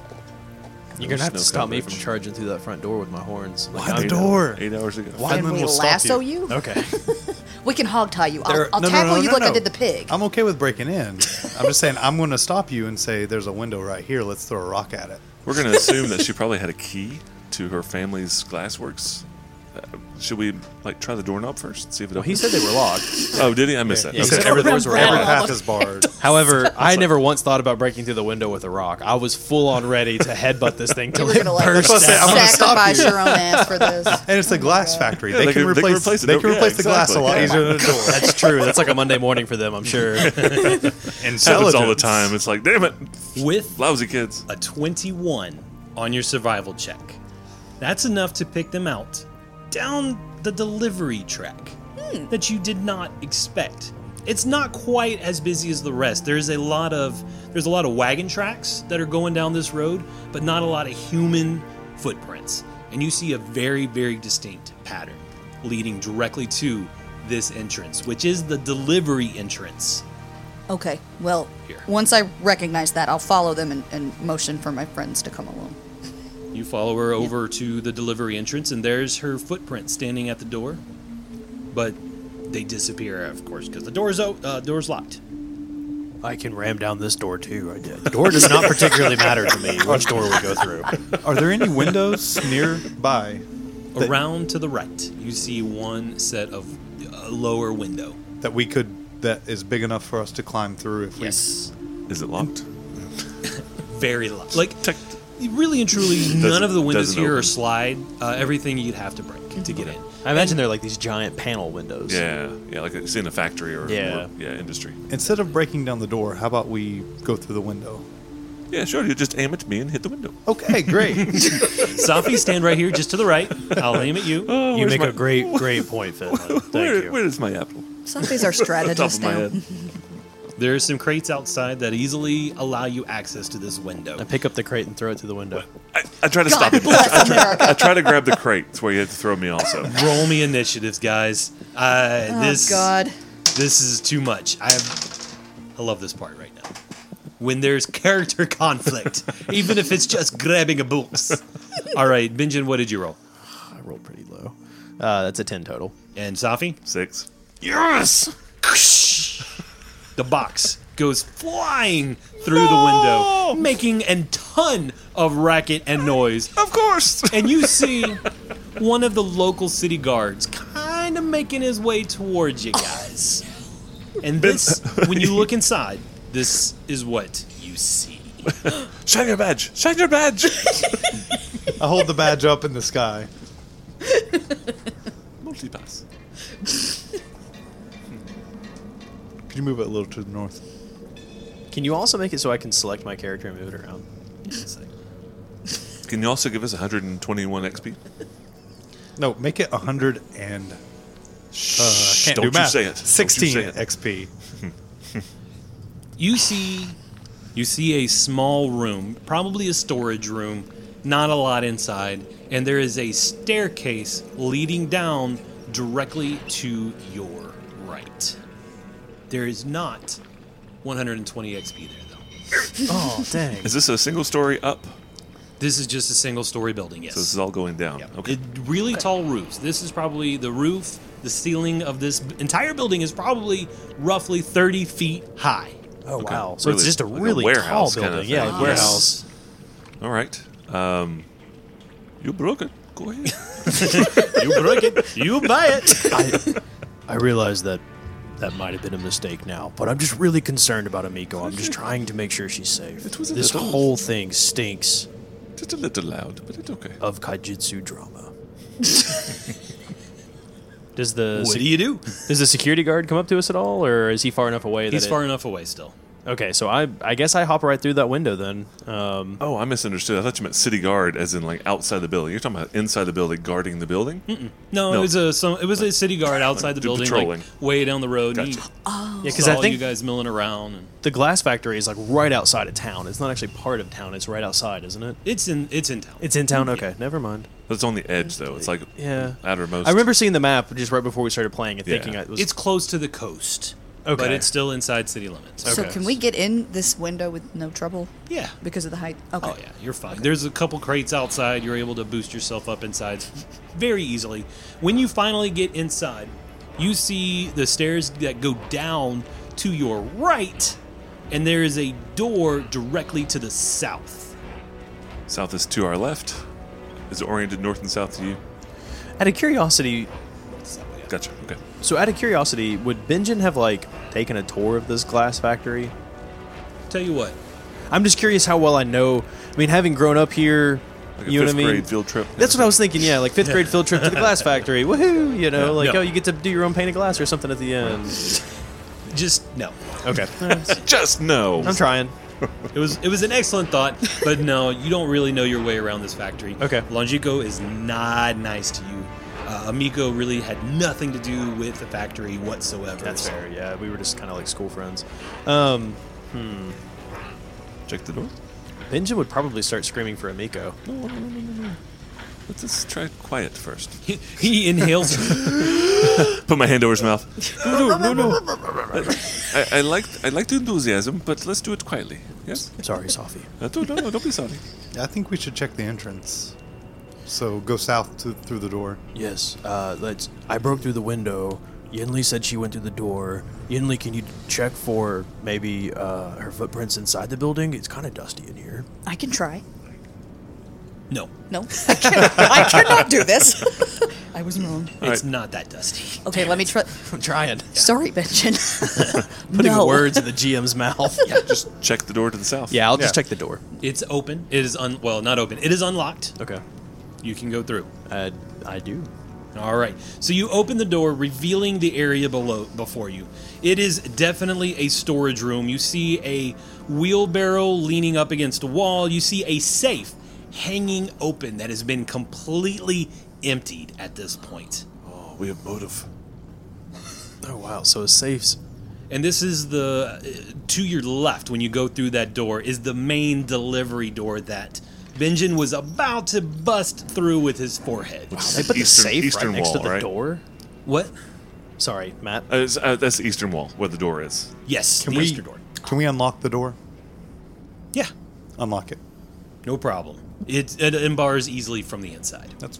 you're gonna have to
Snow
stop me from
coverage.
charging through that front door with my horns. Like,
Why
I'm-
the door?
Eight hours ago.
Can
Weidman
we
will stop
lasso you?
Okay.
We can hog tie you. I'll,
There-
I'll
no, no,
tackle
no,
you
no,
like I
no.
did the pig.
I'm okay with breaking in. I'm just saying I'm going to stop you and say there's a window right here. Let's throw a rock at it.
We're going to assume that she probably had a key to her family's glassworks. Uh, should we like try the doorknob first? See if it
Well, he
opens?
said they were locked.
Oh, did he? I missed that.
He
Okay.
said every doors were
Every
locked.
path is barred.
However, I never once thought about breaking through the window with a rock. I was full on ready to headbutt this thing
You
till
were
it
gonna let
burst.
them
Plus, I'm gonna stop
sacrifice
you.
your own ass for this.
And it's a glass factory. they,
they
can
can- they can
replace,
replace it.
They can
Yeah,
replace the glass a lot
exactly.
easier than the door.
That's true. That's like a Monday morning for them, I'm sure.
happens all the time. It's like, damn it,
With
lousy kids.
a 21 on your survival check. That's enough to pick them out down the delivery track that you did not expect. It's not quite as busy as the rest. There's a lot of there's a lot of wagon tracks that are going down this road, but not a lot of human footprints. And you see a very very distinct pattern leading directly to this entrance, which is the delivery entrance.
Okay, well,
Here.
once I recognize that, I'll follow them and, and motion for my friends to come along.
You follow her over to the delivery entrance, and there's her footprint standing at the door. But they disappear, of course, because the door's o- uh, door's locked.
I can ram down this door too. I did. The door does not particularly matter to me which door we go through.
Are there any windows nearby
Around to the right, you see one set of uh, lower window.
that we could that is big enough for us to climb through if
Yes,
Is it locked?
very locked. Like
Tech-
really and truly, none of the windows
doesn't
here are
open.
slide. Uh, everything you'd have to break to get in.
I imagine they're like these giant panel windows.
Yeah, yeah, like it's in a factory or
Yeah.
or- yeah, industry.
we instead of breaking down the door, how about we go through the window?
Yeah, sure. You just aim at me and hit the window.
Okay, great.
Safi, stand right here, just to the right. I'll aim at you.
you
Oh, where's
make
my-
a great, great point, Finland. Thank
Where-
you.
where is my apple?
Something's our
Top of
strategist
my
now.
head.
There are some crates outside that easily allow you access to this window.
I pick up the crate and throw it through the window.
I, I try to
God
stop it.
bless America.
I try to grab the crate. It's where you had to throw me also.
Roll me initiatives, guys. Uh, this
oh God.
this is too much. I have, I love this part right now. When there's character conflict, even if it's just grabbing a books. All right, Benjamin, what did you roll?
I rolled pretty low. Uh, that's a ten total.
And Safi,
Six.
yes. The box goes flying through the window, making a ton of racket and noise.
Of course.
and you see one of the local city guards kind of making his way towards you guys. And this, when you look inside, this is what you see.
Shine your badge. Shine your badge.
I hold the badge up in the sky.
Multipass.
Could you move it a little to the north?
Can you also make it so I can select my character and move it around?
Can you also give us 121 XP?
No, make it 100 and. Uh, I
don't
can't do
you
math.
say it. Don't you
16
say it.
XP.
You see, you see a small room, probably a storage room, not a lot inside, and there is a staircase leading down directly to your right. There is not 120 XP there though.
Oh dang!
Is this a single story up?
This is just a single story building, yes.
So this is all going down. Okay.
It, really tall roofs. This is probably the roof, the ceiling of this b- entire building is probably roughly 30 feet high.
Oh
Okay.
wow! So
Really-
it's just a
like a
really tall
warehouse kinda
building.
thing.
yeah,
Yes.
like warehouse.
all right. Um, you broke it. Go ahead.
You break it, you buy it. I, I realize that that might have been a mistake now, but I'm just really concerned about Amiko. I'm just trying to make sure she's safe.
It was a
This
little-
whole thing stinks
Just a little loud, but it's okay.
of kaijutsu drama. Does the
What
sec-
do you do?
does the security guard come up to us at all, or is he far enough away that
He's
it-
far enough away still.
Okay, so I I guess I hop right through that window then. Um,
Oh, I misunderstood. I thought you meant city guard, as in like outside the building. You're talking about inside the building, guarding the building.
No, it
No.
was a some, it was a city guard outside the
Do
building,
patrolling.
like way down the road. and he
Gotcha.
yeah, because
saw
I think
you guys milling around. And
the glass factory is like right outside of town. It's not actually part of town. It's right outside, isn't it? Mm.
it's in it's in town.
It's in town. Okay, never mind.
But it's on the edge, though. It's like
Yeah.
outermost.
I remember seeing the map just right before we started playing and
Yeah.
thinking it was.
It's close to the coast, but
Okay.
it's still inside city limits.
So
Okay.
can we get in this window with no trouble
Yeah.
because of the height? Okay.
Oh yeah, you're fine. There's a couple crates outside. You're able to boost yourself up inside very easily. When you finally get inside, you see the stairs that go down to your right, and there is a door directly to the south.
south is to our left. Is it oriented north and south to you?
out of curiosity,
Gotcha. Okay.
so out of curiosity, would Benjin have like taken a tour of this glass factory?
Tell you what,
I'm just curious how well I know. I mean, having grown up here,
Like a
you know what I
fifth
mean.
grade field trip.
That's what I was thinking. Yeah, like fifth grade field trip to the glass factory. Woohoo! You know, like
No.
oh, you get to do your own pane of glass or something at the end.
just no.
Okay,
Just no.
I'm trying.
It was it was an excellent thought, but no, you don't really know your way around this factory.
Okay.
Longico is not nice to you. Uh, Amico really had nothing to do with the factory whatsoever.
That's
So-
fair. Yeah, we were just kind of like school friends. Um,
Check the door.
Benjin would probably start screaming for Amiko.
Let's just try quiet first.
He, he inhales.
Put my hand over his mouth. No, no, no, no. I, I like I like the enthusiasm, but let's do it quietly. Yes.
Sorry, Sophie.
Uh, don't- no, no, don't be sorry.
I think we should check the entrance. So go south to, through the door.
Yes, uh, let's. I broke through the window. Yinli said she went through the door. Yinli, can you check for maybe uh, her footprints inside the building? It's kind of dusty in here.
I can try.
no,
No, I, can, I cannot do this. I was wrong.
it's
right.
not that dusty.
Okay, let me try.
I'm trying.
Sorry, Benjamin.
Putting
no.
words in the GM's mouth. yeah,
Just check the door to the south.
I'll just
Yeah.
check the door.
It's open. It is un well, not open. It is unlocked.
Okay.
You can go through.
Uh, I do.
All right. So you open the door, revealing the area below before you. It is definitely a storage room. You see a wheelbarrow leaning up against a wall. You see a safe hanging open that has been completely emptied at this point.
Oh, we have motive.
Oh wow, so it's safes.
And this is the uh, to your left when you go through that door is the main delivery door that Benjamin was about to bust through with his forehead.
They put the
Eastern-
safe
Eastern
right next
wall,
to the
right?
door.
What?
Sorry, Matt.
Uh, it's, uh, that's the eastern wall where the door is.
Yes,
Can
the
we-
eastern door.
Can we unlock the door?
Yeah,
Unlock it.
no problem. It, it embars easily from the inside.
That's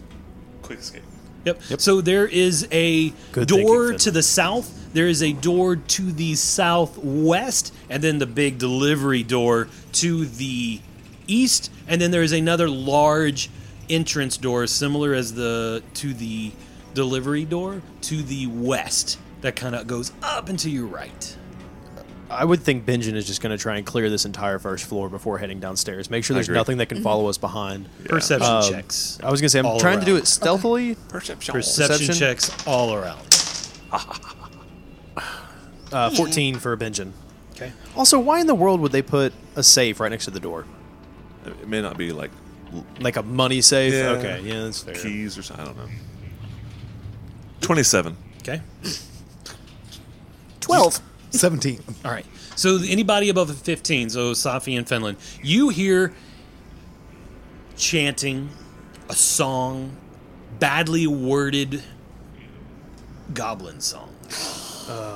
Quick escape.
Yep. So there is a
Good
door
thinking, Finn.
to the south. There is a door to the southwest, and then the big delivery door to the east, and then there is another large entrance door, similar as the to the delivery door to the west, that kind of goes up and to your right.
I would think Benjamin is just going to try and clear this entire first floor before heading downstairs. Make sure there's
agree.
nothing that can follow us behind. Um,
Perception checks.
I was going to say I'm
All
trying to do
around.
it stealthily.
Perception.
Perception,
Uh, perception.
checks all around.
Uh, 14 for Benjamin.
Okay.
Also, why in the world would they put a safe right next to the door?
It may not be like
Like a money safe?
Yeah.
Okay, yeah, that's fair.
keys or something. I don't know. 27.
Okay.
12.
17.
All right. So anybody above a 15, so Safi and Finland, you hear chanting a song, badly worded goblin song,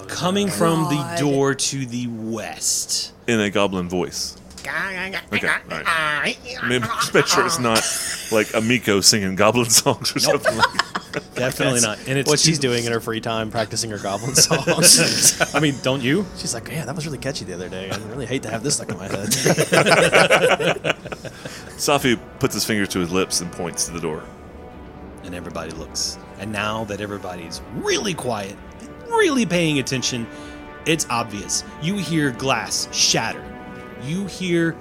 coming from the
God.
door to the west.
In a goblin voice. Okay, all right. I mean, just make sure it's not like a Miko singing goblin songs or something. like
Definitely not. And it's
What
too-
she's doing in her free time, practicing her goblin songs.
I mean, don't you?
she's like, yeah, that was really catchy the other day. I really hate to have this stuck in my head.
Safi puts his finger to his lips and points to the door.
and everybody looks. And now that everybody's really quiet, really paying attention, it's obvious. You hear glass shatter. You hear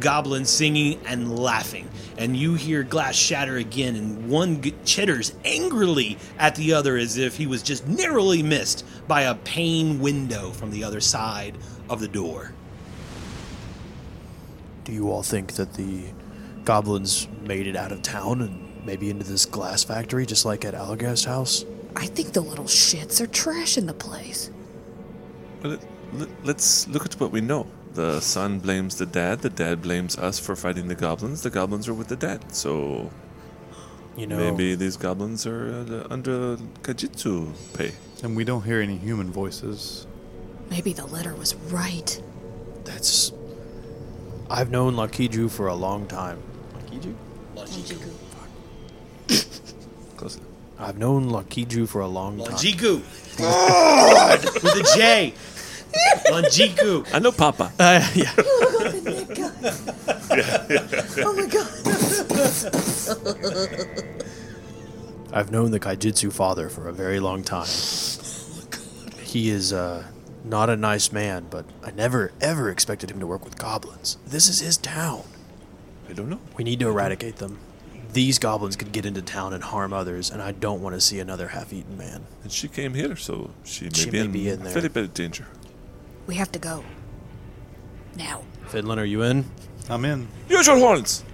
goblins singing and laughing. And you hear glass shatter again, and one g- chitters angrily at the other as if he was just narrowly missed by a pane window from the other side of the door.
Do you all think that the goblins made it out of town and maybe into this glass factory, just like at Alagast House?
I think the little shits are trashing the place.
Well, let, let's look at what we know. The son blames the dad. The dad blames us for fighting the goblins. The goblins are with the dad. So
You know,
maybe these goblins are uh, under Kajitsu pay.
And we don't hear any human voices.
Maybe the letter was right.
that's. I've known Lakiju for a long time. Lakiju?
Close enough.
I've known Lakiju for a long time.
Longiku! With a J! Longiku!
I know Papa.
Oh my god.
I've known the Kaijitsu father for a very long time. He is uh, not a nice man, but I never, ever expected him to work with goblins. This is his town.
I don't know.
We need to eradicate them. These goblins could get into town and harm others, and I don't want to see another half eaten man.
And she came here, so she may,
She
be,
may
in
be in there.
very bit of danger.
We have to go. Now.
Finland, are you in?
I'm in.
Use your horns!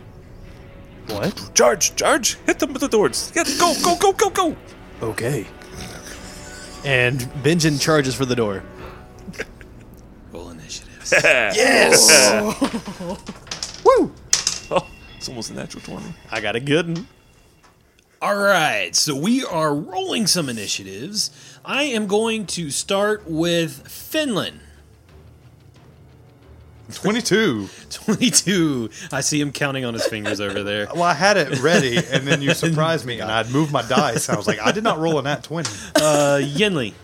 What?
Charge! Charge! Hit them with the doors! Yes, go, go, go, go, go!
Okay. And Benjin charges for the door.
Roll initiatives.
Woo!
Oh, it's almost a natural 20.
I got a good one.
All right, so we are rolling some initiatives. I am going to start with Finland.
22.
22. I see him counting on his fingers over there.
Well, I had it ready, and then you surprised me, and I'd moved my dice, and I was like, I did not roll an at 20.
Uh, Yinli,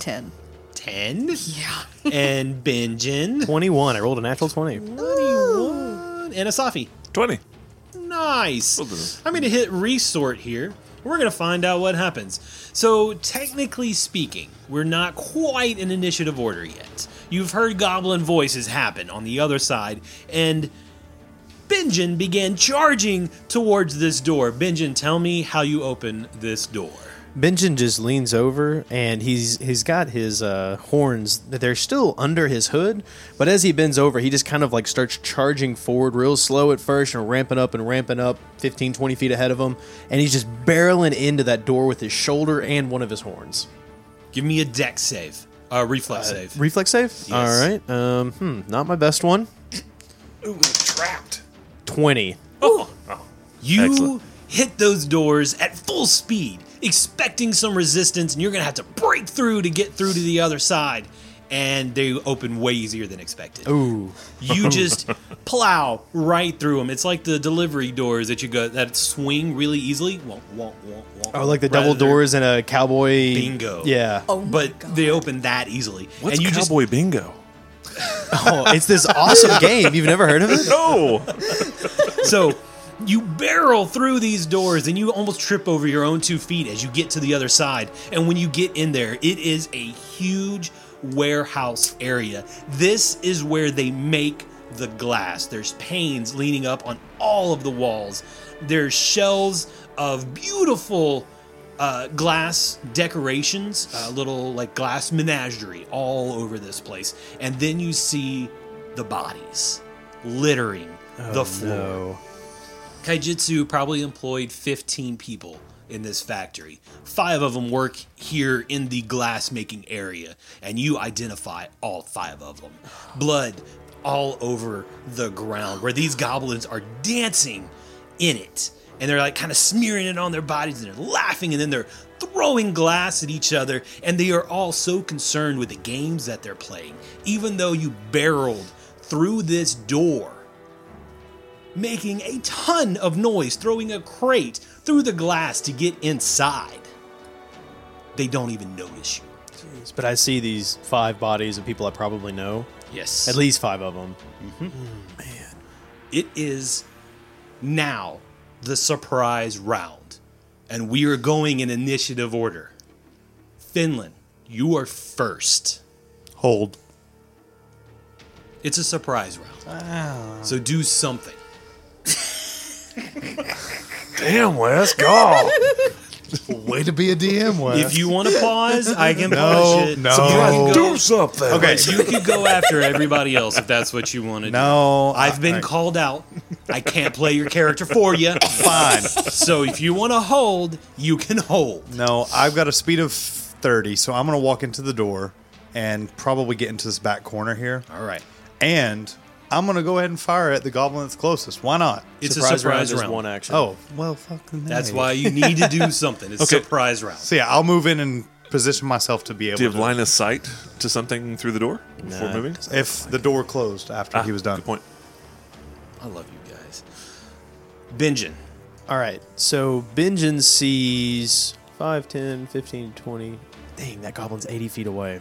10.
10. Yeah. And Benjin,
21. I rolled a natural 20.
21. And Asafi,
20. Well done.
Nice. I'm going to hit resort here. We're going to find out what happens. So, technically speaking, we're not quite in initiative order yet. You've heard goblin voices happen on the other side, and Benjin began charging towards this door. Benjin, tell me how you open this door.
Benjen just leans over and he's he's got his uh, horns that they're still under his hood, but as he bends over, he just kind of like starts charging forward real slow at first and ramping up and ramping up 15 20 feet ahead of him and he's just barreling into that door with his shoulder and one of his horns.
Give me a deck save, uh, reflex save.
Reflex save? All right. Um hmm, not my best one.
Ooh, trapped.
20.
You
Excellent.
hit those doors at full speed, expecting some resistance, and you're going to have to break through to get through to the other side. And they open way easier than expected. Ooh! You just plow right through them. It's like the delivery doors that you go that swing really easily. Wonk, wonk, wonk, wonk,
Oh, like
rather
the double
than-
doors and a cowboy
Bingo.
Yeah.
Oh, my
But
God.
they open that easily,
What's
and you just
Cowboy Bingo?
Oh, it's this awesome game. You've never heard of it?
No.
So you barrel through these doors and you almost trip over your own two feet as you get to the other side. And when you get in there, it is a huge warehouse area. This is where they make the glass. There's panes leaning up on all of the walls, there's shelves of beautiful. Uh, glass decorations, uh, little like glass menagerie all over this place. And then you see the bodies littering the floor. Kaijitsu probably employed 15 people in this factory. Five of them work here in the glass making area, and you identify all five of them. Blood all over the ground where these goblins are dancing in it. And they're like kind of smearing it on their bodies and they're laughing and then they're throwing glass at each other. And they are all so concerned with the games that they're playing. Even though you barreled through this door making a ton of noise, throwing a crate through the glass to get inside. They don't even notice you.
But I see these five bodies of people I probably know.
Yes.
At least five of them.
it is now the surprise round. And we are going in initiative order. Finland, you are first.
Hold.
It's a surprise round.
Ah.
So do something.
Damn, Wes, go.
Way to be a DM, Wes.
If you want to pause, I can
no,
pause it.
no.
you can go,
Do something.
okay.
you can go after everybody else if that's what you want to do.
No,
I've been
I-
called out. I can't play your character for you.
fine.
So if you want to hold, you can hold.
No, I've got a speed of 30, so I'm going to walk into the door and probably get into this back corner here.
All right.
And I'm going to go ahead and fire at the goblin that's closest. Why not?
It's a
Surprise
surprise
round is
round.
one action.
Oh, well, fucking
That's
nice.
why you need to do something. It's
Okay.
a surprise round.
So, yeah, I'll move in and position myself to be able
Do you
to.
have line of sight to something through the door before
Nah,
moving?
if the door closed after he was done.
Ah, Good point.
I love you guys. Benjin,
All right. So Benjen sees 5, 10, 15, 20. Dang, that goblin's 80 feet away.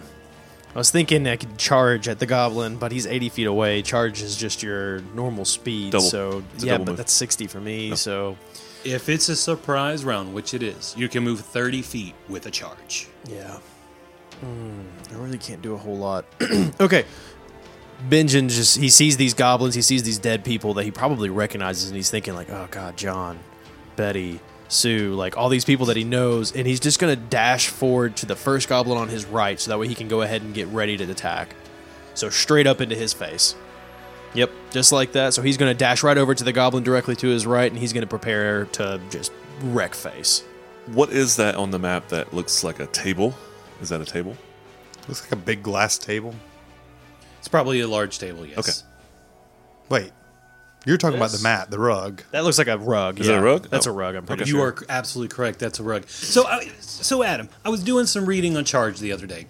I was thinking I could charge at the goblin, but he's 80 feet away. Charge is just your normal speed.
Double.
So,
It's a
yeah,
double
but
move. Oh.
that's 60 for me. So,
if it's a surprise round, which it is, you can move 30 feet with a charge.
Yeah. Hmm, I really can't do a whole lot. okay. Benjen just he sees these goblins, he sees these dead people that he probably recognizes and he's thinking like, "Oh god, John, Betty, Sue, like all these people that he knows." And he's just going to dash forward to the first goblin on his right so that way he can go ahead and get ready to attack. So straight up into his face. Yep, just like that. So he's going to dash right over to the goblin directly to his right and he's going to prepare to just wreck face.
What is that on the map that looks like a table? Is that a table?
Looks like a big glass table.
It's probably a large table, yes.
Okay.
Wait, you're talking about the mat, the rug.
That looks like a rug.
Is that a
yeah.
rug?
That's
Oh.
a rug. I'm pretty
Okay.
You
Sure.
are absolutely correct. That's a rug. So, I, so Adam, I was doing some reading on charge the other day,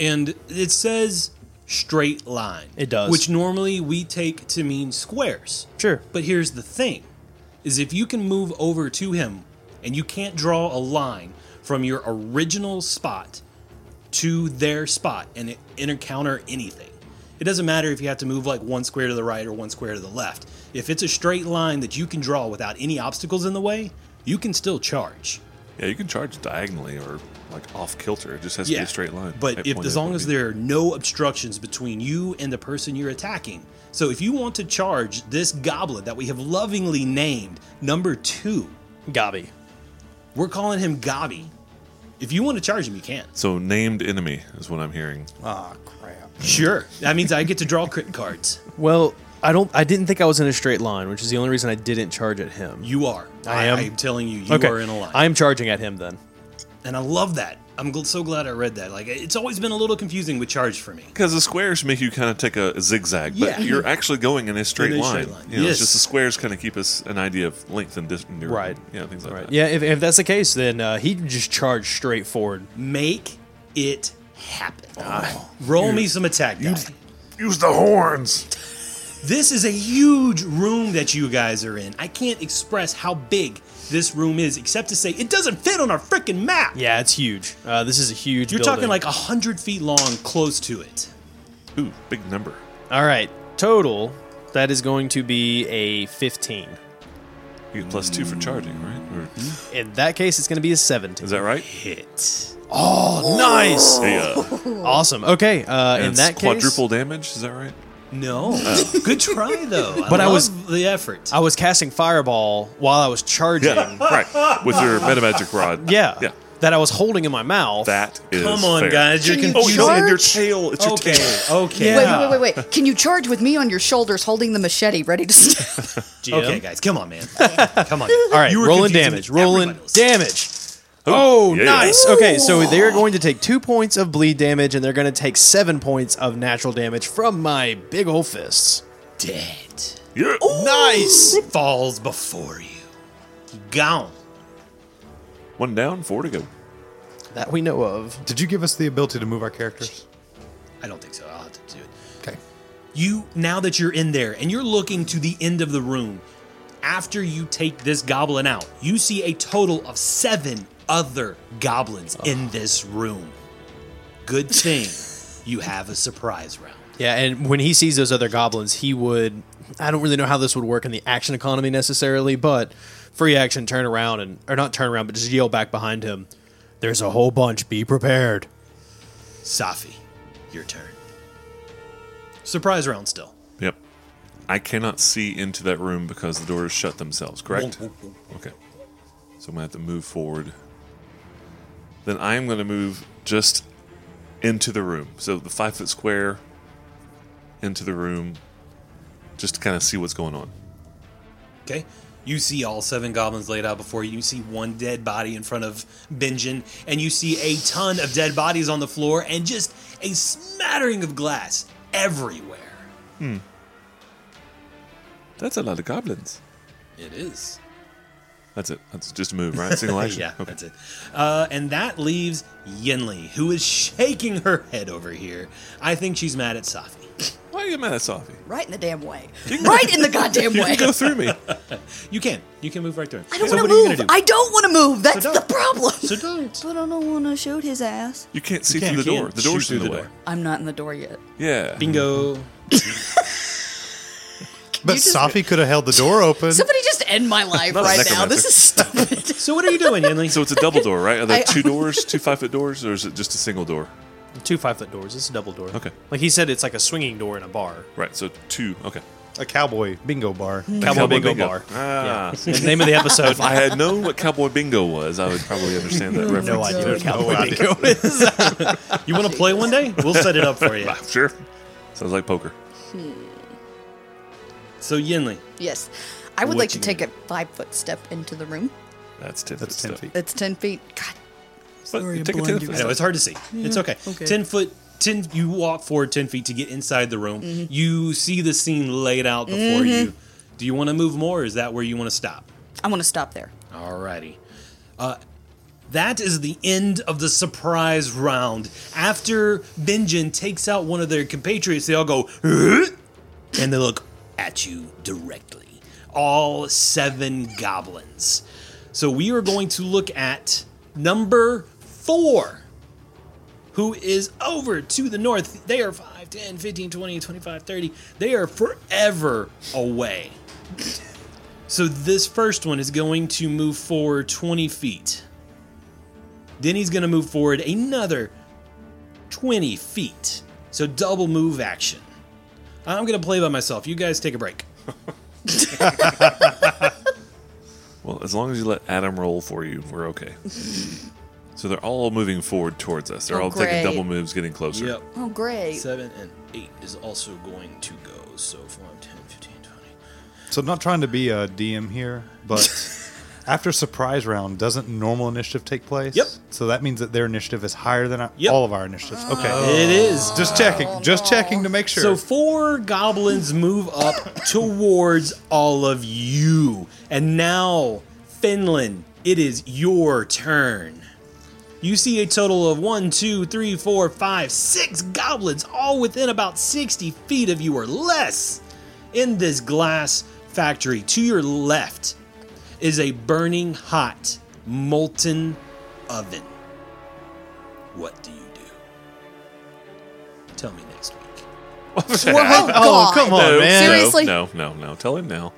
and it says straight line.
It does.
which normally we take to mean squares.
Sure.
But here's the thing: is if you can move over to him, and you can't draw a line from your original spot to their spot and it- and encounter anything. It doesn't matter if you have to move like one square to the right or one square to the left. If it's a straight line that you can draw without any obstacles in the way, you can still charge.
Yeah, you can charge diagonally or like off kilter. It just has to be a straight line.
But
Eight
if
point
as
eight
long
would
as
be-
there are no obstructions between you and the person you're attacking. So if you want to charge this goblin that we have lovingly named number two,
Gabi.
we're calling him Gabi. If you want to charge him, you can.
So named enemy is what I'm hearing.
Oh crap!
Sure. That means I get to draw crit cards.
Well, I don't. I didn't think I was in a straight line, which is the only reason I didn't charge at him.
You are.
I am.
I'm telling you, you are in a line.
I'm charging at him then.
and I love that. I'm gl- so glad I read that. Like, it's always been a little confusing with charge for me.
Because the squares make you kind of take a zigzag,
Yeah.
but you're actually going in a straight
In a
line.
straight line.
You know,
Yes.
It's just the squares kind of keep us an idea of length and distance.
Right.
Yeah, things like that.
Yeah, if, if that's the case, then uh, he can just charged straight forward.
Make it happen.
Ah.
Roll me some attack die.
Use the horns.
This is a huge room that you guys are in. I can't express how big this room is, except to say it doesn't fit on our freaking map.
Yeah, it's huge. Uh, this is a huge.
You're
building.
talking like a hundred feet long, close to it.
Ooh, big number.
all right total. That is going to be a fifteen.
You get plus two for charging, right? Or,
In that case, it's going to be a seventeen.
is that right?
Hit.
Nice,
Yeah.
awesome. Okay, uh, in
uh, And
that
it's quadruple
case,
damage. Is that right?
No. Good try though.
But I
love
was-
the effort.
I was casting fireball while I was charging.
Yeah. right. With your meta magic rod.
Yeah.
Yeah.
That I was holding in my mouth.
That is.
Come on,
fair.
guys. You're
Can you
Oh,
confused.
no, and your
Charge?
tail. It's your tail.
okay.
Oh.
Okay.
Yeah.
Wait, wait, wait, wait. Can you charge with me on your shoulders holding the machete ready to stab?
Oh,
Okay, guys, come on, man. Come on. All
All right, rolling damage. Rolling damage. Oh,
yeah.
nice. Okay, so they're going to take two points of bleed damage, and they're going to take seven points of natural damage from my big old fists.
Dead
Yeah.
Nice.
falls before you. Gone.
One down, four to go.
That we know of.
Did you give us the ability to move our characters?
I don't think so. I'll have to do it.
Okay.
You now that you're in there and you're looking to the end of the room, after you take this goblin out, you see a total of seven other goblins in this room. Good thing you have a surprise round.
Yeah, and when he sees those other goblins, he would. I don't really know how this would work in the action economy necessarily, but free action, turn around, and or not turn around, but just yell back behind him. There's a whole bunch. Be prepared.
Safi, your turn. Surprise round still.
Yep. I cannot see into that room because the doors shut themselves, correct? Okay. So I'm going to have to move forward. Then I am going to move just into the room. So the five foot square into the room just to kind of see what's going on.
Okay. You see all seven goblins laid out before you. You see one dead body in front of Benjin, and you see a ton of dead bodies on the floor and just a smattering of glass everywhere.
That's a lot of goblins.
It is.
That's it. That's just a move, right? Single action.
Yeah,
Okay.
that's it. Uh, and that leaves Yinli, who is shaking her head over here. I think she's mad at Safi.
Why are you mad at Sophie?
right in the damn way. Right in the goddamn
You
way.
can go through me.
You can. You can move right through. him.
I don't
so
want
what
to
are you
move.
gonna do?
I don't want to move. That's
So
the
don't.
problem.
so don't.
but I don't want to shoot his ass.
You can't see
can't-
through the
you
door.
can't
The
shoot
door's in
through
the,
the
way.
door.
I'm not in the door yet.
Yeah.
Bingo.
But
just-
Safi could have held the door open.
Somebody just end my life
Not a
right now.
necromancer.
This is stupid.
So what are you doing, Yinli?
So it's a double door, right? Are there
I-
two doors, two five foot doors, or is it just a single door?
Two five foot doors. It's a double door.
Okay.
Like he said, it's like a swinging door in a bar.
Right, so two. Okay.
a cowboy bingo bar.
Cowboy,
Cowboy
bingo,
Bingo.
bar.
Ah.
Yeah. The name of the episode.
If
Oh,
I had known what Cowboy Bingo was, I would probably understand that reference.
no idea what Cowboy
idea.
Bingo is.
You want to play one day? We'll set it up for you.
Sure. Sounds like poker.
So Yinli,
yes. I would
What
like
you
to take
gonna
a five foot step into the room.
That's 10
That's ten feet.
That's 10 feet. God.
But
Sorry, I
take a 10
blinded
foot
I know
step.
it's hard to see. it's okay.
okay.
Ten foot, ten. You walk forward ten feet to get inside the room. You see the scene laid out before you. Do you want to move more? Or is that where you want to stop?
I want to stop there.
Alrighty. Uh, that is the end of the surprise round. After Benjin takes out one of their compatriots, they all go, "Huh?" and they look at you directly. All seven goblins. So we are going to look at number four, who is over to the north. They are 5, 10, 15, 20, 25, 30. They are forever away. So this first one is going to move forward 20 feet. Then he's going to move forward another 20 feet. So double move action. I'm going to play by myself. You guys take a break.
Well, as long as you let Adam roll for you, we're okay. So they're all moving forward towards us. They're
Oh,
all
great.
taking double moves, getting closer.
Yep.
Oh, great.
Seven and eight is also going to go. So 5, 10, 15, 20.
So I'm not trying to be a DM here, but after surprise round, doesn't normal initiative take place?
Yep.
So that means that their initiative is higher than our,
Yep.
all of our initiatives. Okay.
It is.
Just checking. Just checking to make sure.
So four goblins move up towards all of you. And now, Finland, it is your turn. You see a total of one, two, three, four, five, six goblins, all within about 60 feet of you or less. In this glass factory, to your left is a burning hot, molten oven. What do you do? Tell me next week.
Whoa,
Oh,
God.
come on,
No,
man.
Seriously?
No, no, no. Tell him now.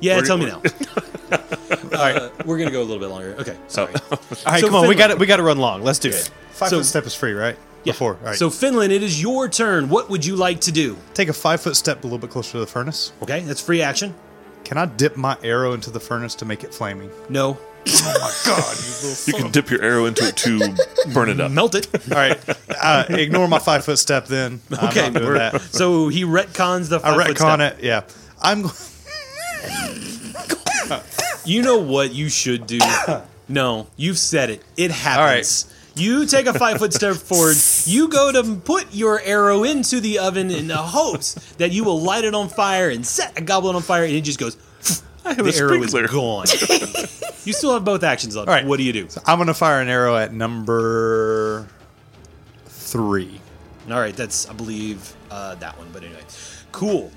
Yeah, tell me now. All right, Uh, we're gonna go a little bit longer. Okay, sorry.
Oh,
All right,
So
come on. We
Finland-
got to we got to run long. Let's do it.
five
so-
foot step is free, right?
Yeah.
Before. All right.
So Finland, it is your turn. What would you like to do?
take a five foot step a little bit closer to the furnace.
Okay, that's free action.
Can I dip my arrow into the furnace to make it flaming?
No,
You can dip your arrow into it to burn it up.
melt it.
All right. uh, ignore my five foot step then. Okay.
Okay,
I'm not doing
we're-
that.
so he retcons the.
I
five foot
retcon
step.
it. Yeah. I'm going.
You know what you should do? no, you've said it. It happens. You take a five foot step forward. You go to put your arrow into the oven in the hopes that you will light it on fire and set a goblin on fire, and it just goes.
I have
the
a
arrow is
sprinkler.
gone. you still have both actions left.
All right.
What do you do?
I'm going to fire an arrow at number three.
All right, that's I believe uh, that one. But anyway, cool.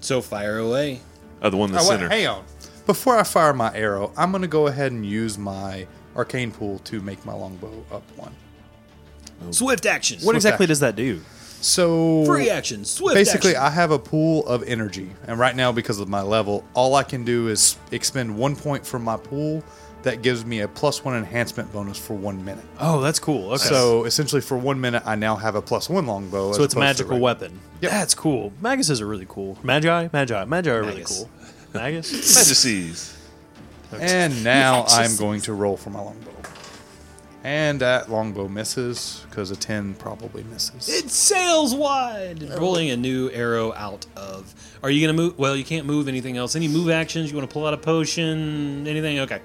So fire away.
Oh, the one in the
Oh, wait,
center.
hang on. Before I fire my arrow, I'm going to go ahead and use my arcane pool to make my longbow up one.
Swift action.
What
What
exactly does that do?
So
free action? Swift.
basically,
action.
I have a pool of energy, and right now, because of my level, all I can do is expend one point from my pool. That gives me a plus one enhancement bonus for one minute.
Oh, that's cool. Okay.
So essentially, for one minute, I now have a plus one longbow.
So it's a magical weapon.
Yep.
That's cool. Maguses are really cool. Magi, Magi, Magi are really
Magus.
cool. Magus.
Majesties.
And now I'm going to roll for my longbow. And that longbow misses because a ten probably misses.
it sails wide, rolling a new arrow out of. Are you gonna move? Well, you can't move anything else. Any move actions? You want to pull out a potion? Anything? Okay.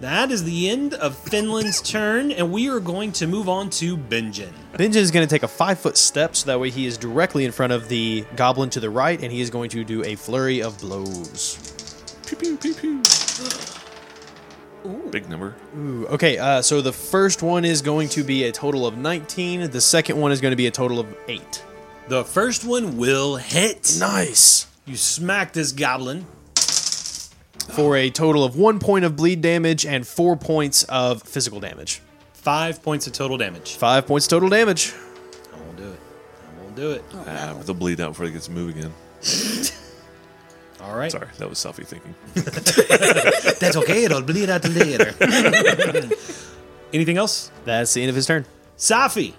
That is the end of Finland's turn, and we are going to move on to Benjin.
Benjin is going to take a five foot step, so that way he is directly in front of the goblin to the right, and he is going to do a flurry of blows.
Big number.
Ooh, okay, uh, so the first one is going to be a total of 19. The second one is going to be a total of eight.
The first one will hit.
Nice.
You smack this goblin.
For a total of one point of bleed damage and four points of physical damage.
Five points of total damage.
Five points total damage.
I won't do it. I won't do it.
Ah, but they'll bleed out before they get to move again.
All right.
Sorry, that was selfie thinking.
That's okay. It'll bleed out later. Anything else?
That's the end of his turn.
Safi.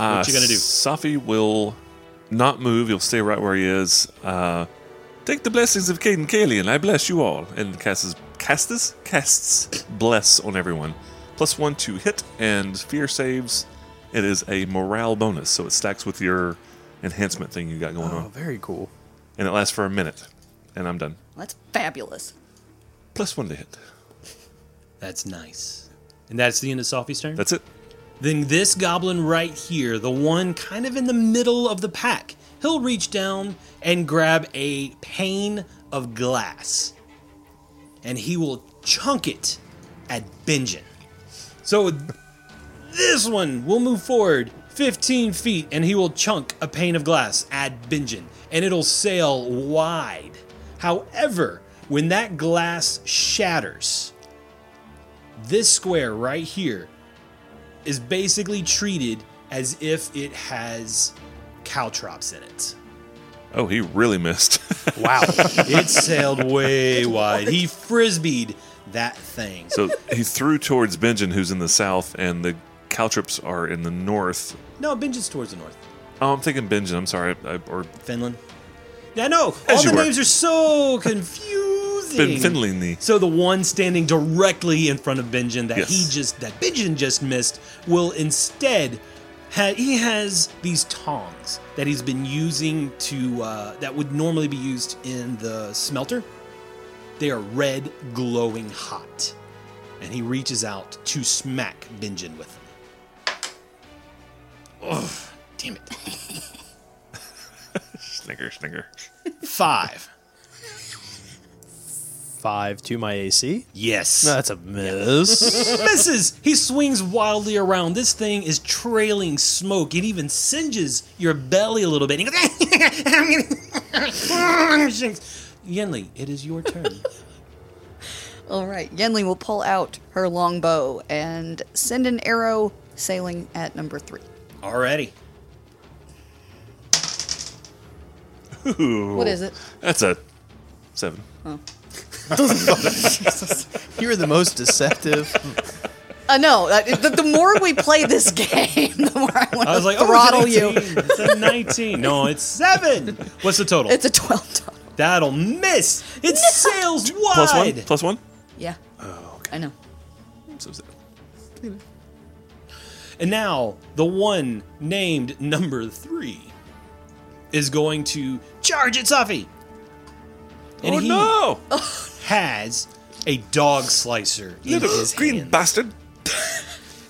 Uh,
you gonna do?
Safi will not move. He'll stay right where he is. Uh, take the blessings of Caden Kalian. I bless you all. And casts casts casts bless on everyone. Plus one to hit and fear saves. It is a morale bonus, so it stacks with your enhancement thing you got going
Oh,
Oh.
on,
Very cool.
and it lasts for a minute. And I'm done.
That's fabulous.
Plus one to hit.
That's nice. And that's the end of Safi's turn?
That's it.
Then this goblin right here, the one kind of in the middle of the pack, he'll reach down and grab a pane of glass. And he will chunk it at Benjin. So this one will move forward 15 feet and he will chunk a pane of glass at Benjin. And it'll sail wide. However, when that glass shatters, this square right here is basically treated as if it has caltrops in it.
Oh, he really missed.
Wow. it sailed way wide. He frisbeed that thing.
so he threw towards Benjin, who's in the south, and the caltrops are in the north.
No, Benjin's towards the north.
Oh, I'm thinking Benjin. I'm sorry. I, I, or
Finland. Yeah, no.
As
All
you
the
were.
names are so
Ben Finley knee.
So the one standing directly in front of Benjin that he
Yes.
just that Benjin just missed will instead ha- he has these tongs that he's been using to uh, that would normally be used in the smelter. They are red, glowing hot, and he reaches out to smack Benjin with them. Oh, damn it!
Snicker, snicker.
Five.
Five to my AC.
Yes.
That's a miss.
misses. He swings wildly around. This thing is trailing smoke. It even singes your belly a little bit. He goes, Yenli, it is your turn.
All right, Yenli will pull out her longbow and send an arrow sailing at number three.
Alrighty.
What is it?
That's a seven.
You're the most deceptive.
Uh, no, uh, the, the more we play this game, the more I want
I was
to
like, oh,
throttle
it's
you.
18. It's a 19. No, it's seven. What's the total?
It's a 12 total.
That'll miss. It sails wide.
Plus one? Plus one?
Yeah. I know.
So seven.
And now the one named number three is going to charge at Safi. And
oh,
he
no!
has a dog slicer in
Little
his
green
hand.
bastard.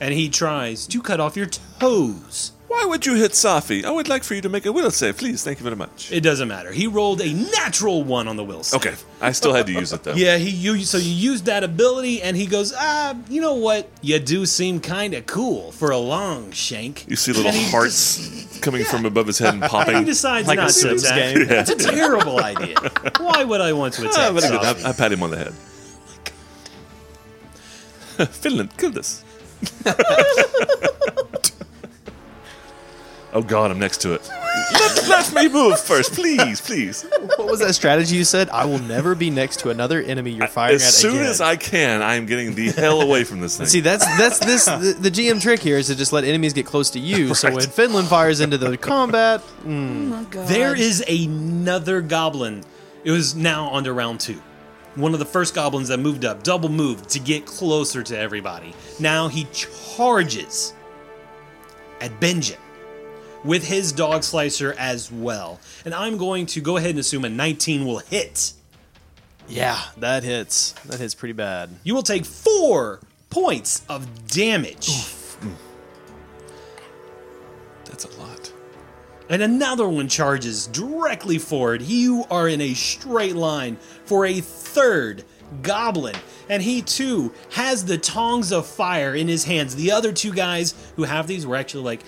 and he tries to cut off your toes.
Why would you hit Safi? I would like for you to make a will save, please. Thank you very much.
It doesn't matter. He rolled a natural one on the will save.
Okay, I still had to use it though.
Yeah, he you so you used that ability, and he goes, ah, you know what? You do seem kind of cool for a long shank.
You see little hearts coming from above his head and popping.
He decides
Like a
not to
Sims
attack.
game.
That's a terrible idea. Why would I want to attack?
Ah, very good.
Safi?
I, I pat him on the head. Finland, kill this. oh God, I'm next to it. Let, let me move first, please, please.
what was that strategy you said? I will never be next to another enemy you're firing at
As soon
again.
as I can, I am getting the hell away from this thing.
See, that's that's this the, the GM trick here is to just let enemies get close to you. So when Finland fires into the combat,
Oh, God.
There is another goblin. It was now on to round two. One of the first goblins that moved up, double moved to get closer to everybody. Now he charges at Benjin with his dog slicer as well. And I'm going to go ahead and assume a 19 will hit.
yeah, that hits. That hits pretty bad.
You will take four points of damage.
that's a lot.
and another one charges directly forward. You are in a straight line for a third goblin, and he too has the tongs of fire in his hands. The other two guys who have these were actually like,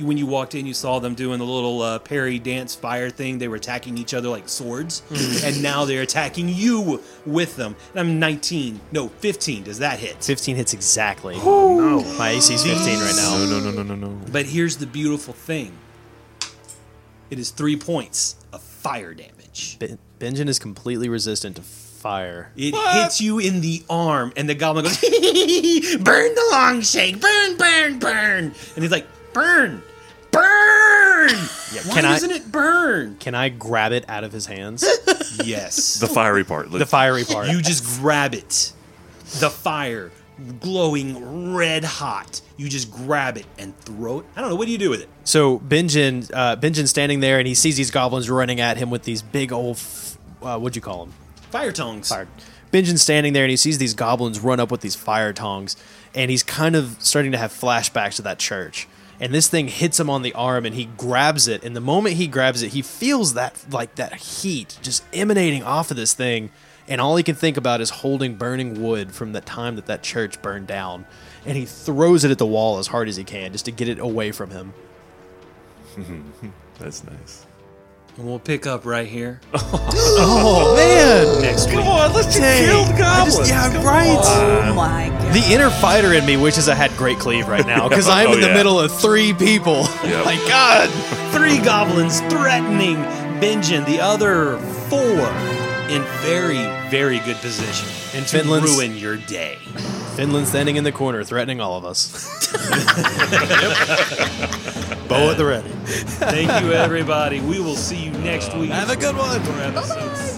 when you walked in, you saw them doing the little uh, parry dance fire thing. They were attacking each other like swords, and now they're attacking you with them. And I'm 19, no, 15. Does that hit?
Fifteen hits exactly.
Oh,
no, my AC is fifteen right now.
No, no, no, no, no, no.
But here's the beautiful thing it is three points of fire damage.
Ben- Benjin is completely resistant to fire.
It hits you in the arm, and the goblin goes, "Burn the long shake, burn, burn, burn!" And he's like, "Burn, burn! Why
can I-
doesn't it burn?"
Can I grab it out of his hands?
Yes,
The fiery part.
the fiery part.
you just grab it. The fire, glowing red hot. You just grab it and throw it. I don't know. What do you do with it?
So Benjin, uh, Benjin's standing there, and he sees these goblins running at him with these big old, f- uh, what'd you call them?
Fire tongs.
Fire. Benjin's standing there, and he sees these goblins run up with these fire tongs, and he's kind of starting to have flashbacks to that church. And this thing hits him on the arm, and he grabs it. And the moment he grabs it, he feels that like that heat just emanating off of this thing, and all he can think about is holding burning wood from the time that that church burned down. And he throws it at the wall as hard as he can, just to get it away from him.
That's nice.
And we'll pick up right here
Man,
next week.
just, yeah, right.
Oh my God.
The inner fighter in me wishes I had Great Cleave right now because I'm
Oh,
in the
yeah.
middle of three people.
Yep.
My God.
three goblins threatening Benjin, the other four in very, very good position
And
to
Finland's-
ruin your day.
Finland standing in the corner, threatening all of us. Bow at the ready.
Thank you, everybody. We will see you next week
Have a good one.
for episode six.